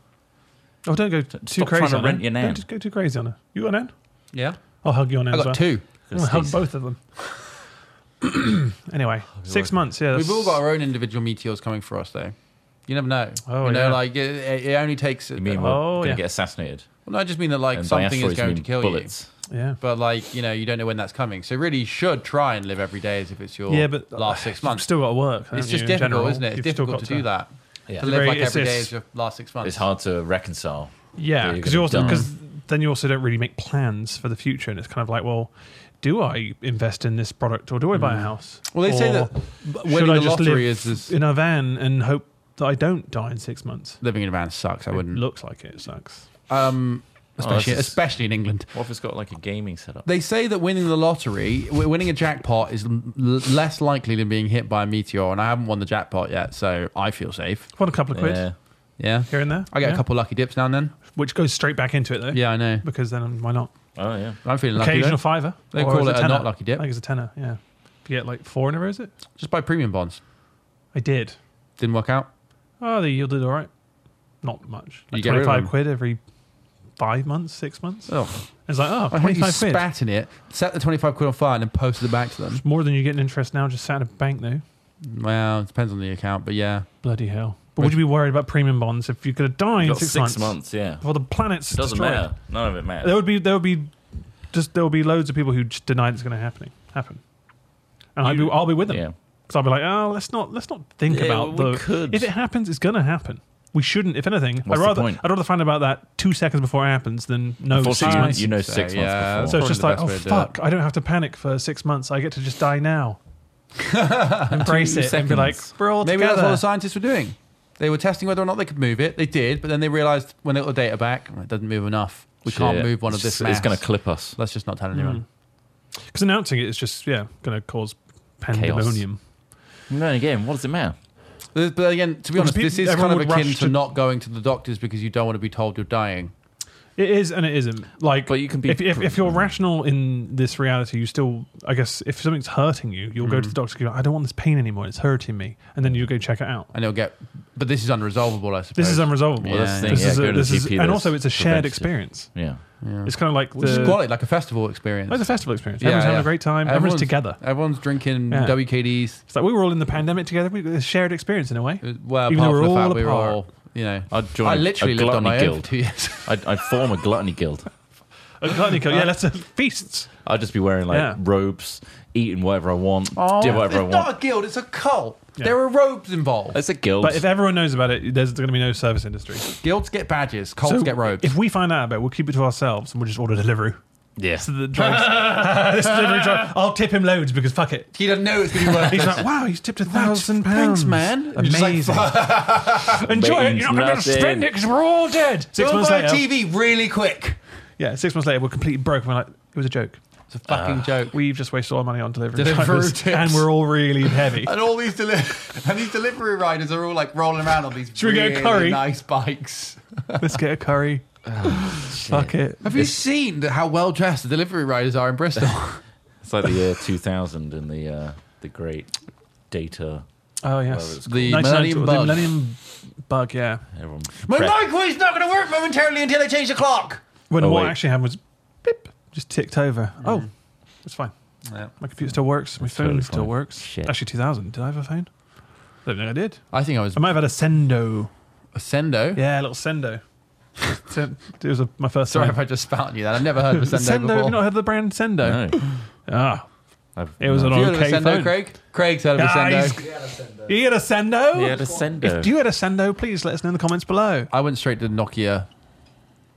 F: Oh, don't go t- too
G: Stop
F: crazy.
G: trying to
F: on
G: rent
F: her.
G: your nan.
F: Don't just go too crazy on her. You got a nan?
H: Yeah,
F: I'll hug your nan
H: I
F: as
H: got
F: well.
H: two.
F: I'm gonna hug
G: Stacey.
F: both of them. (clears throat) anyway,
G: Oh,
F: six months. Yeah,
H: We've
F: that's-
H: all got our own individual meteors coming for us, though. You never know.
F: Oh,
H: you know,
F: yeah.
H: like it, it only takes.
G: You mean we're
F: Oh,
G: going to
F: yeah.
G: get assassinated?
H: well, no, I just mean that like
G: And by
H: something is
G: asteroids, you
H: going to
G: mean
H: kill
G: bullets.
F: Yeah.
H: you. But like you know, you don't know when that's coming. So really, you should try and live every day as if it's your
F: yeah, but uh,
H: last six
F: You've
H: months.
F: still got to work. haven't
H: it's just
F: you, in
H: difficult,
F: general.
H: isn't it? It's
F: You've still
H: difficult to
F: got
H: do that.
G: Yeah.
H: To live
F: Very-
H: like
F: it's-
H: every day
F: it's-
H: is your last six months.
G: It's hard to reconcile.
F: Yeah,
G: You're
F: because
G: gonna
F: you also
G: die.
F: because then you also don't really make plans for the future, and it's kind of like, well, do I invest in this product or do I buy a house?
H: Mm. Well, they say
F: Or
H: that b-
F: should
H: winning
F: I
H: the
F: just
H: lottery
F: live
H: is, is
F: in a van and hope that I don't die in six months?
H: living in a van sucks. I
F: It
H: wouldn't,
F: looks like it. It sucks.
H: um, especially
G: this is-
H: especially in England.
G: What if it's got like a gaming setup?
H: They say that winning the lottery, w- winning a jackpot, is l- less likely than being hit by a meteor. And I haven't won the jackpot yet, so I feel safe.
F: What a couple of quid
G: Yeah.
H: Yeah,
F: here and there.
H: I get
F: yeah?
H: a couple lucky dips now and then.
F: which goes straight back into it though.
H: Yeah, I know.
F: because then why not?
G: Oh yeah.
H: I'm feeling lucky.
F: Occasional
H: though.
F: fiver.
H: They
F: or
H: call
F: is
H: it a
F: tenner?
H: not lucky dip.
F: I think it's a tenner. Yeah, you get like four in a row. Is it?
H: Just buy premium bonds.
F: I did.
H: Didn't work out.
F: Oh, they yielded all right. Not much. Like
H: You get rid of
F: 25
H: them.
F: quid every five months, six months.
H: Oh,
F: It's like, oh,
H: I hate you
F: 25 quid.
H: spat in it, set the 25 quid on fire, and then posted it back to them.
F: More than you get in interest now just sat in a bank, though.
H: Well, it depends on the account, but yeah.
F: Bloody hell. But would you be worried about premium bonds if you could have died in
G: Got
F: six,
G: six
F: months?
G: months, yeah.
F: Well, the planet's
G: It doesn't
F: destroyed.
G: matter. None of
F: There
G: it matters.
F: would be there would be just there will be loads of people who just deny it's going to happen. Happen, and I'd be, I'll be with them.
G: Yeah.
F: So I'll be like, oh, let's not let's not think
G: Yeah,
F: about
G: well,
F: the.
G: we could.
F: If it happens, it's going to happen. We shouldn't. If anything,
G: What's
F: I'd
G: the
F: rather
G: point?
F: I'd rather find out about that two seconds before it happens than no
G: Unfortunately,
F: Oh, six
G: you-
F: months.
G: you know
H: So,
G: six
H: yeah,
G: months
F: so
G: before.
F: it's
H: probably
F: just
H: the
F: like,
H: best
F: oh
H: way to do
F: fuck, I don't have to panic for six months. I get to just die
G: (laughs)
F: now. Embrace it and be like,
G: seconds.
F: we're all
H: Maybe
F: together.
H: that's what the scientists were doing. They were testing whether or not they could move it. They did, but then they realized when they got the data back, "Oh, it doesn't move enough. We can't
G: Shit.
H: move one of
G: It's
H: this
G: just- It's
H: mass.
G: going to clip us.
H: Let's just not tell anyone.
F: Because announcing it is just yeah going to cause pandemonium.
G: And then again, what does it matter?
H: But but again, to be
F: Well,
H: honest,
F: Hmm. people-
H: this is kind
F: everyone
H: of
F: would
H: akin
F: rush
H: to
F: to-
H: not going to the doctors because you don't want to be told you're dying.
F: It is and it isn't. Like,
G: But you can be-
F: if, if, if you're rational in this reality, you still I guess if something's hurting you, you'll
H: Mm.
F: go to the doctor. and go, I don't want this pain anymore. It's hurting me, and then you go check it out.
H: And it'll get. But this is unresolvable, I suppose.
F: This is unresolvable.
G: Well, that's the
H: Yeah,
G: thing.
F: This
G: yeah,
F: is a-
G: go to the
F: this is-
G: GP.
F: and
G: that's
F: also it's a shared
G: preventative.
F: experience.
G: Yeah.
F: It's kind of like
H: Which is
F: the
H: quality, like a festival experience.
F: like the festival experience. Everyone's having a great time. Everyone's, together.
H: Everyone's drinking
F: Yeah.
H: WKDs.
F: It's like we were all in the pandemic together. We got a shared experience in a way.
H: Well,
F: Even though
H: apart
F: we're
H: from the fact
F: all
H: we were
F: apart.
H: all, you know,
G: I'd join
H: I
G: a-
H: literally
G: a
H: lived on
G: gluttony
H: my own for
G: guild.
H: two (laughs) years.
G: I'd, I'd form a gluttony guild.
F: A gluttony co- yeah, let's have feasts.
G: I'd just be wearing like
F: Yeah.
G: robes, eating whatever I want,
H: Oh,
G: do whatever I
H: it's not
G: want.
H: a guild; it's a cult. There are robes involved.
G: It's a guild.
F: But if everyone knows about it, there's going to be no service industry.
H: Guilds get badges. Cults
F: So
H: get robes.
F: If we find out about it, we'll keep it to ourselves and we'll just order delivery.
G: yeah.
F: to
G: (laughs)
F: the driver. this delivery driver. I'll tip him loads because fuck it.
H: he doesn't know it's going to be
F: (laughs)
H: worth
F: He's
H: it.
F: like, wow, he's tipped a thousand pounds.
H: thanks, man. And he's just like,
F: Amazing. (laughs) Enjoy it.
G: Means
F: You're not going to
G: nothing.
F: spend it because we're all dead. Six
H: Go
F: months
H: buy a
F: later.
H: TV really quick.
F: Yeah, six months later, we're completely broke. We're like, it was a joke.
H: It's a fucking joke.
F: We've just wasted all our money on delivery
H: Delivery
F: (laughs) drivers,
H: tips.
F: and we're all really (laughs) heavy.
H: and all these deli- (laughs) and these delivery riders are all like rolling around on these
F: we
H: really
F: get a curry?
H: nice bikes.
F: Let's get a curry.
H: Oh,
F: fuck it.
H: Have you seen how well dressed the delivery riders are in Bristol?
G: It's like the year 2000 and the uh, the great data.
F: Oh yes,
H: The
F: 99
H: Millennium
F: the
H: Bug.
F: Millennium Bug. Yeah.
G: (laughs) Everyone.
H: My
G: prep.
H: microwave's not going to work momentarily until I change the clock.
F: When
G: Oh,
F: what
G: wait.
F: actually happened was, beep, just ticked over. Oh, it's fine. My computer still works. My phone
G: totally
F: still
G: fine.
F: works.
G: Shit.
F: Actually, 2000. Did I have a phone? I don't think I did.
H: I think I was
F: I might have had a Sendo.
H: Sendo.
F: Yeah, a little Sendo. it was a, my first
H: (laughs) Sorry
F: time.
H: if I just spat on you. That I've never heard of a Sendo,
F: Sendo, have
H: before.
F: you not heard of the brand Sendo?
G: No. (laughs)
F: Ah,
G: I've-
F: it was an
G: no.
H: Have you heard
F: okay
H: of a Sendo,
F: phone.
H: Craig? Craig's heard of a
F: Ah,
H: Sendo.
F: he's- You had a Sendo?
G: You had a Sendo.
F: If you had a Sendo, please let us know in the comments below.
H: I went straight to Nokia.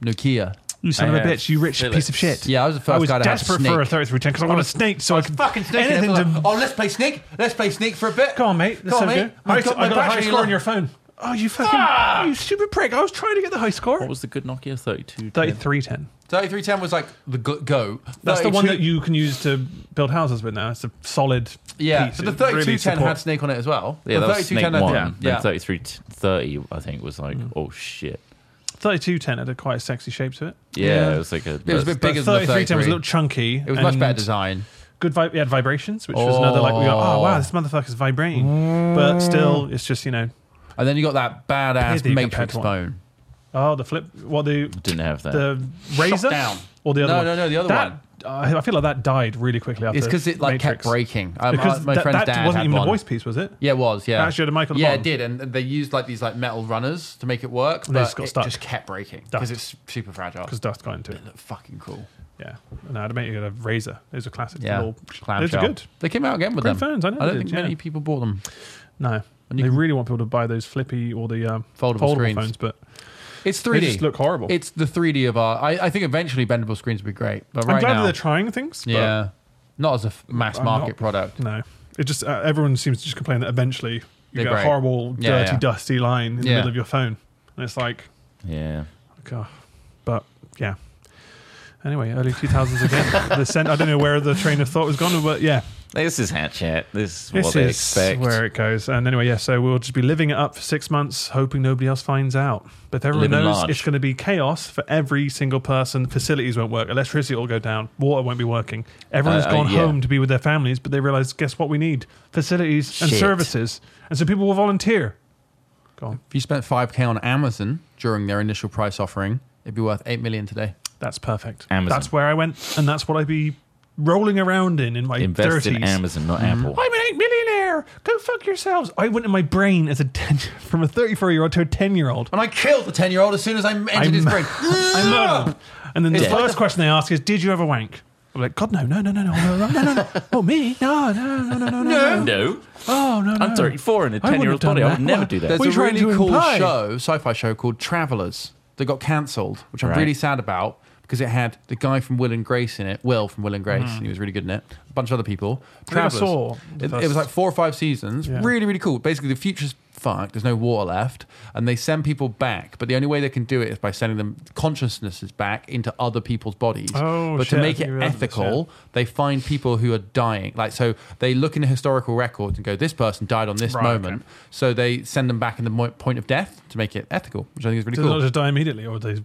H: Nokia.
F: You son
G: I
F: of a
G: had
F: bitch, you rich
G: Philips.
F: piece of shit.
H: Yeah, I was the first
F: I was
H: guy to have
F: desperate
H: Snake.
F: for a 3310 because I want a snake so I, could
H: Fucking Snake.
F: anything
H: and everyone's
F: to
H: like, oh, let's play Snake. Let's play Snake for a bit.
F: Come on, mate. Let's
H: Come on,
F: have
H: mate.
F: a go. I
H: I've
F: got,
H: got my
F: I got a high
H: battery
F: score on
H: low.
F: your phone. Oh, you fucking, you stupid prick! I was trying to get the high score.
G: What was the good Nokia 32?
F: Thirty-three ten.
H: 3310 was like the go- goat.
F: That's the one
H: 32
F: that you can use to build houses with now. It's a solid.
H: Yeah,
F: piece.
H: but the
F: It really
H: 3210
F: support-
H: had Snake on it as well.
G: Yeah,
H: the
G: that was Snake 1.
H: 3210 I
G: Yeah.
H: think-
G: Then
H: Yeah.
G: 3330, I think, was like,
F: Mm.
G: oh shit.
F: 3210 had a quite a sexy shape to it.
G: Yeah, it was like a.
H: It was a bit
F: But
H: bigger than
F: 3310
H: the
F: was a
H: 33.
F: little chunky.
H: It was much
F: and
H: better design.
F: Good vi- it had vibrations, which was another like we go, oh wow, this motherfucker's vibrating. But still, it's just you know,
H: And then you got that badass
F: Pithy compared
H: Matrix
F: to what?
H: phone.
F: oh the flip, well the
G: Didn't have that.
F: the razor
H: down.
F: or the other
H: No,
F: one.
H: no, no, the other
F: that,
H: one.
F: uh, I feel like that died really quickly after.
H: It's because it like
F: Matrix.
H: kept breaking. Um,
F: Because
H: uh, my
F: that,
H: friend's
F: that
H: dad
F: wasn't
H: had
F: even
H: one.
F: a voice piece, was it?
H: Yeah, it was. Yeah,
F: It actually had a mic on the
H: Yeah,
F: bottom.
H: it did, and and they used like these like metal runners to make it work,
F: they
H: but
F: just got
H: it
F: stuck.
H: just kept breaking
F: Dust.
H: because it's super fragile.
F: Because dust got into it.
H: Fucking cool.
F: Yeah, and I'd make it a razor. Those are classic.
H: Yeah,
F: little- Those
H: clamshell.
F: are good.
H: They came out again with
F: Great
H: them.
F: phones, I know
H: don't
F: they
H: think
F: did, yeah.
H: many people bought them.
F: No.
H: And
F: they
H: you can-
F: really want people to buy those flippy or the um,
H: Foldable
F: foldable,
H: screens.
F: phones, but
H: It's 3D.
F: they just look horrible.
H: It's the 3D of our. I, I think eventually bendable screens would be great, but
F: I'm
H: right
F: glad
H: now,
F: that they're trying things. But
H: yeah, not as a f- mass
F: I'm
H: market
F: not-
H: product.
F: No, it just uh, everyone seems to just complain that eventually you
H: They're
F: get
H: great.
F: a horrible, dirty,
H: Yeah, yeah.
F: dusty line in the
H: Yeah.
F: middle of your phone, and it's like,
G: yeah.
F: God. But yeah. Anyway, early 2000s again. the cent- I don't know where the train of thought was gone, but yeah,
G: This is Hatchet. This is
F: this
G: what they
F: is
G: expect.
F: where it goes. And anyway, yeah, so we'll just be living it up for six months, hoping nobody else finds out. But if everyone
G: Living
F: knows
G: large.
F: it's going to be chaos for every single person. Facilities won't work, electricity will go down, water won't be working. Everyone's
G: Uh, uh,
F: gone
G: yeah.
F: home to be with their families, but they realize, guess what? We need facilities and
G: Shit.
F: services, and so people will volunteer. Go on.
H: If you spent 5K on Amazon during their initial price offering, it'd be worth 8 million today.
F: That's perfect.
G: Amazon.
F: That's where I went, and that's what I'd be rolling around in in my
G: Invest
F: 30s.
G: in Amazon, not Apple.
F: I'm an eight millionaire. Go fuck yourselves. I went in my brain as a 10, (laughs) from a 34 year old to a 10 year old.
H: And I killed the 10 year old as soon as I entered
F: (laughs)
H: his brain.
F: I murdered him. And then the
H: It's like
F: first question they ask is, "Did you ever wank?" I'm like, "God, no, no, no, no, no, no, no, no, no,
H: (laughs)
F: no. Oh, me? No, no, no, no, no, no, no.
G: No,
F: Oh, no, no.
G: I'm 34 and a
F: I wouldn't
G: 10 year old
F: have done
G: body. I would
F: that.
G: never
F: What?
G: do that.
H: There's
F: What are
H: a
F: you trying
H: really
F: to
H: cool
F: imply?
H: show, sci-fi show called Travelers that got cancelled, which I'm
G: Right.
H: really sad about because it had the guy from Will and Grace in it, Will from Will and Grace, and he was really good in it. A bunch of other people.
F: think Hmm. I
H: Travelers.
F: saw the
H: it, it
F: first-
H: was like four or five seasons.
F: Yeah.
H: Really, really cool. Basically, the future's fucked. There's no water left, and they send people back, but the only way they can do it is by sending them consciousnesses back into other people's bodies.
F: Oh,
H: but
F: shit,
H: to
F: I
H: make
F: think
H: it
F: I remember this,
H: ethical, they find people who are dying. Like, so they look in the historical records and go, this person died on this
F: Right,
H: moment.
F: okay.
H: So they send them back in the mo- point of death to make it ethical, which I think is really
F: Did they not
H: cool.
F: just die immediately, or they?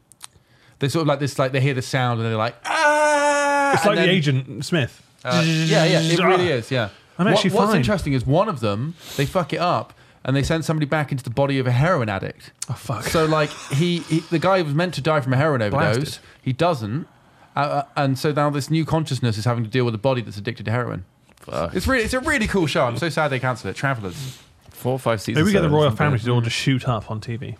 H: They sort of like this, like they hear the sound and they're like, ah!
F: It's
H: And
F: like the
H: then-
F: agent Smith. Ah.
H: uh, yeah, yeah, it really
F: (laughs)
H: is. Yeah,
F: I'm
H: What-
F: actually
H: What's
F: fine.
H: interesting is one of them they fuck it up and they send somebody back into the body of a heroin addict. Oh
F: fuck.
H: So like he, he the guy was meant to die from a heroin overdose.
F: Blasted.
H: He doesn't. Uh, Uh, and so now this new consciousness is having to deal with a body that's addicted to heroin. It's really, it's a really cool show. I'm so sad they cancelled it. Travelers.
G: Four or five seasons.
F: Maybe we get the
G: though,
F: royal Uh,
G: isn't
F: family
G: it?
F: to all just shoot up on TV.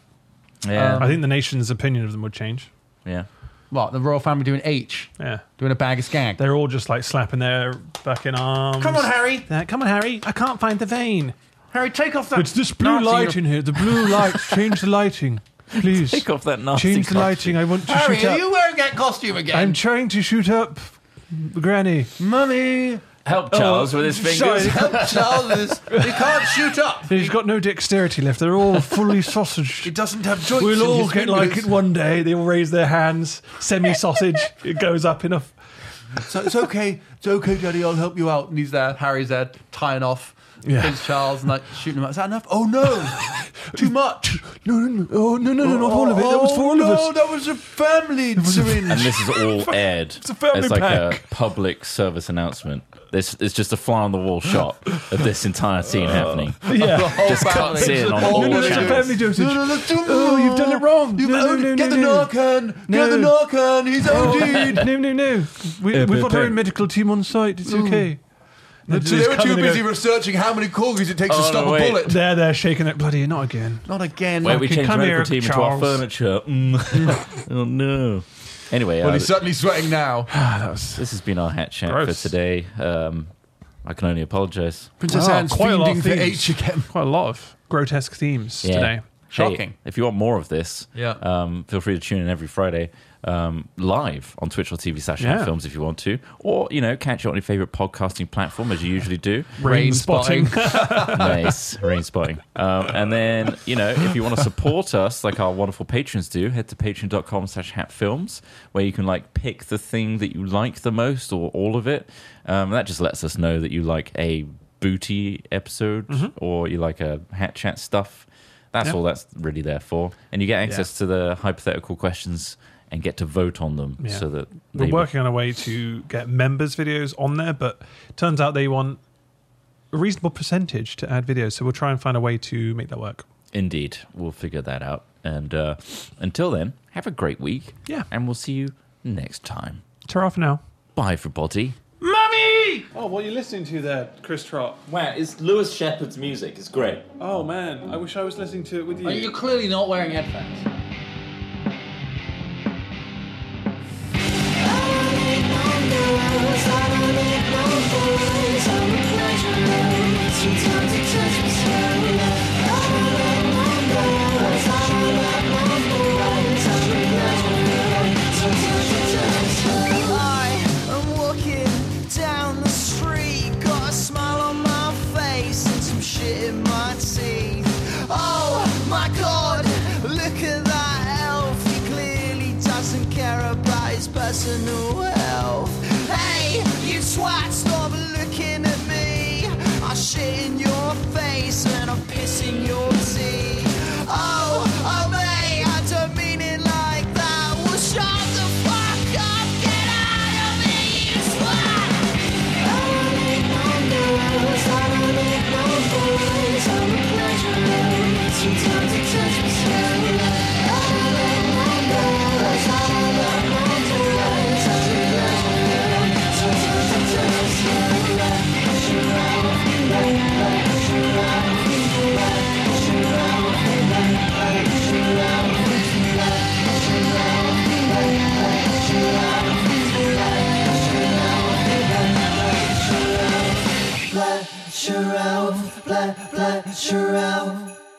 G: Yeah.
F: I think the nation's opinion of them would change.
G: yeah.
H: What the royal family doing? H
F: Yeah.
H: doing a bag of skag.
F: They're all just like slapping their fucking arms.
H: Come on, Harry.
F: Yeah, Come on, Harry. I can't find the vein.
H: Harry, take off that.
F: It's this blue
H: Nazi-
F: light in here. The blue light. Change the (laughs) lighting, please.
G: Take off that nasty.
F: Change the lighting. I want to
H: Harry,
F: shoot
H: are
F: up.
H: you wearing that costume again?
F: I'm trying to shoot up Granny.
H: mummy.
F: Oh,
G: Help Charles with his
F: sorry.
G: fingers.
F: (laughs)
H: Help Charles. He can't shoot up.
F: He's got no dexterity left. They're all
H: (laughs)
F: fully sausaged.
H: doesn't have joints.
F: We'll all get like it one day. They all raise their hands, semi sausage.
H: (laughs)
F: it goes up enough.
H: So it's okay. It's okay, Daddy. I'll help you out. And he's there. Harry's there, tying off.
F: Yeah.
H: Prince Charles and like shooting him out. Is that enough? Oh
F: (laughs)
H: no, too much. Oh,
F: No, no, no, oh, no, no, no, not all of it. That was for all
H: no,
F: of us.
H: that was a family syringe.
G: And this
F: (laughs)
G: is all aired. It's
F: a family
G: like
F: pack.
G: a public service announcement. This it's just a fly on the wall shot of this entire
F: (laughs)
G: scene happening.
H: (laughs) the
F: Uh, Yeah.
H: whole
G: Just
H: family.
G: cuts in on
H: The whole
F: (laughs)
G: all
F: No, no, that's a
G: channels.
F: family dosage.
H: No, no, no, too
F: Oh, you've done it wrong.
H: You've
F: No, no,
H: owed-
F: no,
H: get
F: no,
H: the
F: no.
H: Narcan.
F: No.
H: Get the Narcan. He's
F: (laughs)
H: OD'd.
F: Oh, no, no, no.
H: Uh,
F: We, we've got our own
H: Epic.
F: medical team on site. It's okay. They're
H: So they were too busy
F: Go,
H: researching how many corgis it takes
G: Oh,
H: to
G: no,
H: stop a
G: wait.
H: bullet.
F: there, there, shaking it. Bloody, not again.
H: Not again.
G: Where we
F: Okay,
G: change the
F: come
G: medical
F: here,
G: team into our
F: Charles.
G: furniture. Mm. (laughs) oh no. Anyway,
H: Well,
G: uh,
H: he's certainly sweating now.
G: this has been our hat chat
F: Gross.
G: for today. Um, I can only apologise.
H: Princess
F: Wow,
H: Anne's
F: Oh, quite a lot of
H: fiending for
F: things.
H: H again.
F: Quite a lot of grotesque themes
G: Yeah.
F: today.
H: Shocking.
G: Hey, if you want more of this,
H: Yeah.
G: um, feel free to tune in every Friday um, live on Twitch or TV slash
F: Yeah.
G: films if you want to, or you know catch it on your favorite podcasting platform as you usually
F: (laughs)
G: do.
F: Rain spotting.
H: (laughs)
G: nice rain spotting. Um, and then you know if you want to support us like our wonderful patrons do, head to patreon.com slash hatfilms where you can like pick the thing that you like the most or all of it. Um, that just lets us know that you like a booty episode or you like a hat chat stuff. That's
F: Mm-hmm. Yeah.
G: all that's really there for. And you get access to the hypothetical questions and get to vote on them
F: Yeah.
G: so that
F: We're
G: they
F: working on a way to get members' videos on there, but turns out they want a reasonable percentage to add videos. So we'll try and find a way to make that work.
G: Indeed, we'll figure that out. And uh, until then, have a great week.
F: Yeah.
G: And we'll see you next time.
F: Ta for now.
G: Bye, everybody.
F: Oh, what are you listening to there, Chris Trot?
G: Wow, it's Lewis Shepherd's music. It's great.
F: Oh man, I wish I was listening to it with you.
H: clearly not wearing headphones.
I: I am walking down the street, got a smile on my face and some shit in my teeth. Oh my god, look at that elf. He clearly doesn't care about his personal health. Hey, you twat, stop looking at me. I shit in your face and I'm pissing your tea. Oh, oh, mate, I don't mean it like that. Well, shut the fuck up, get out of me, you twat! Sometimes it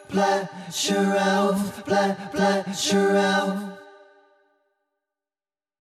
I: pleasure elf, ple- pleasure elf.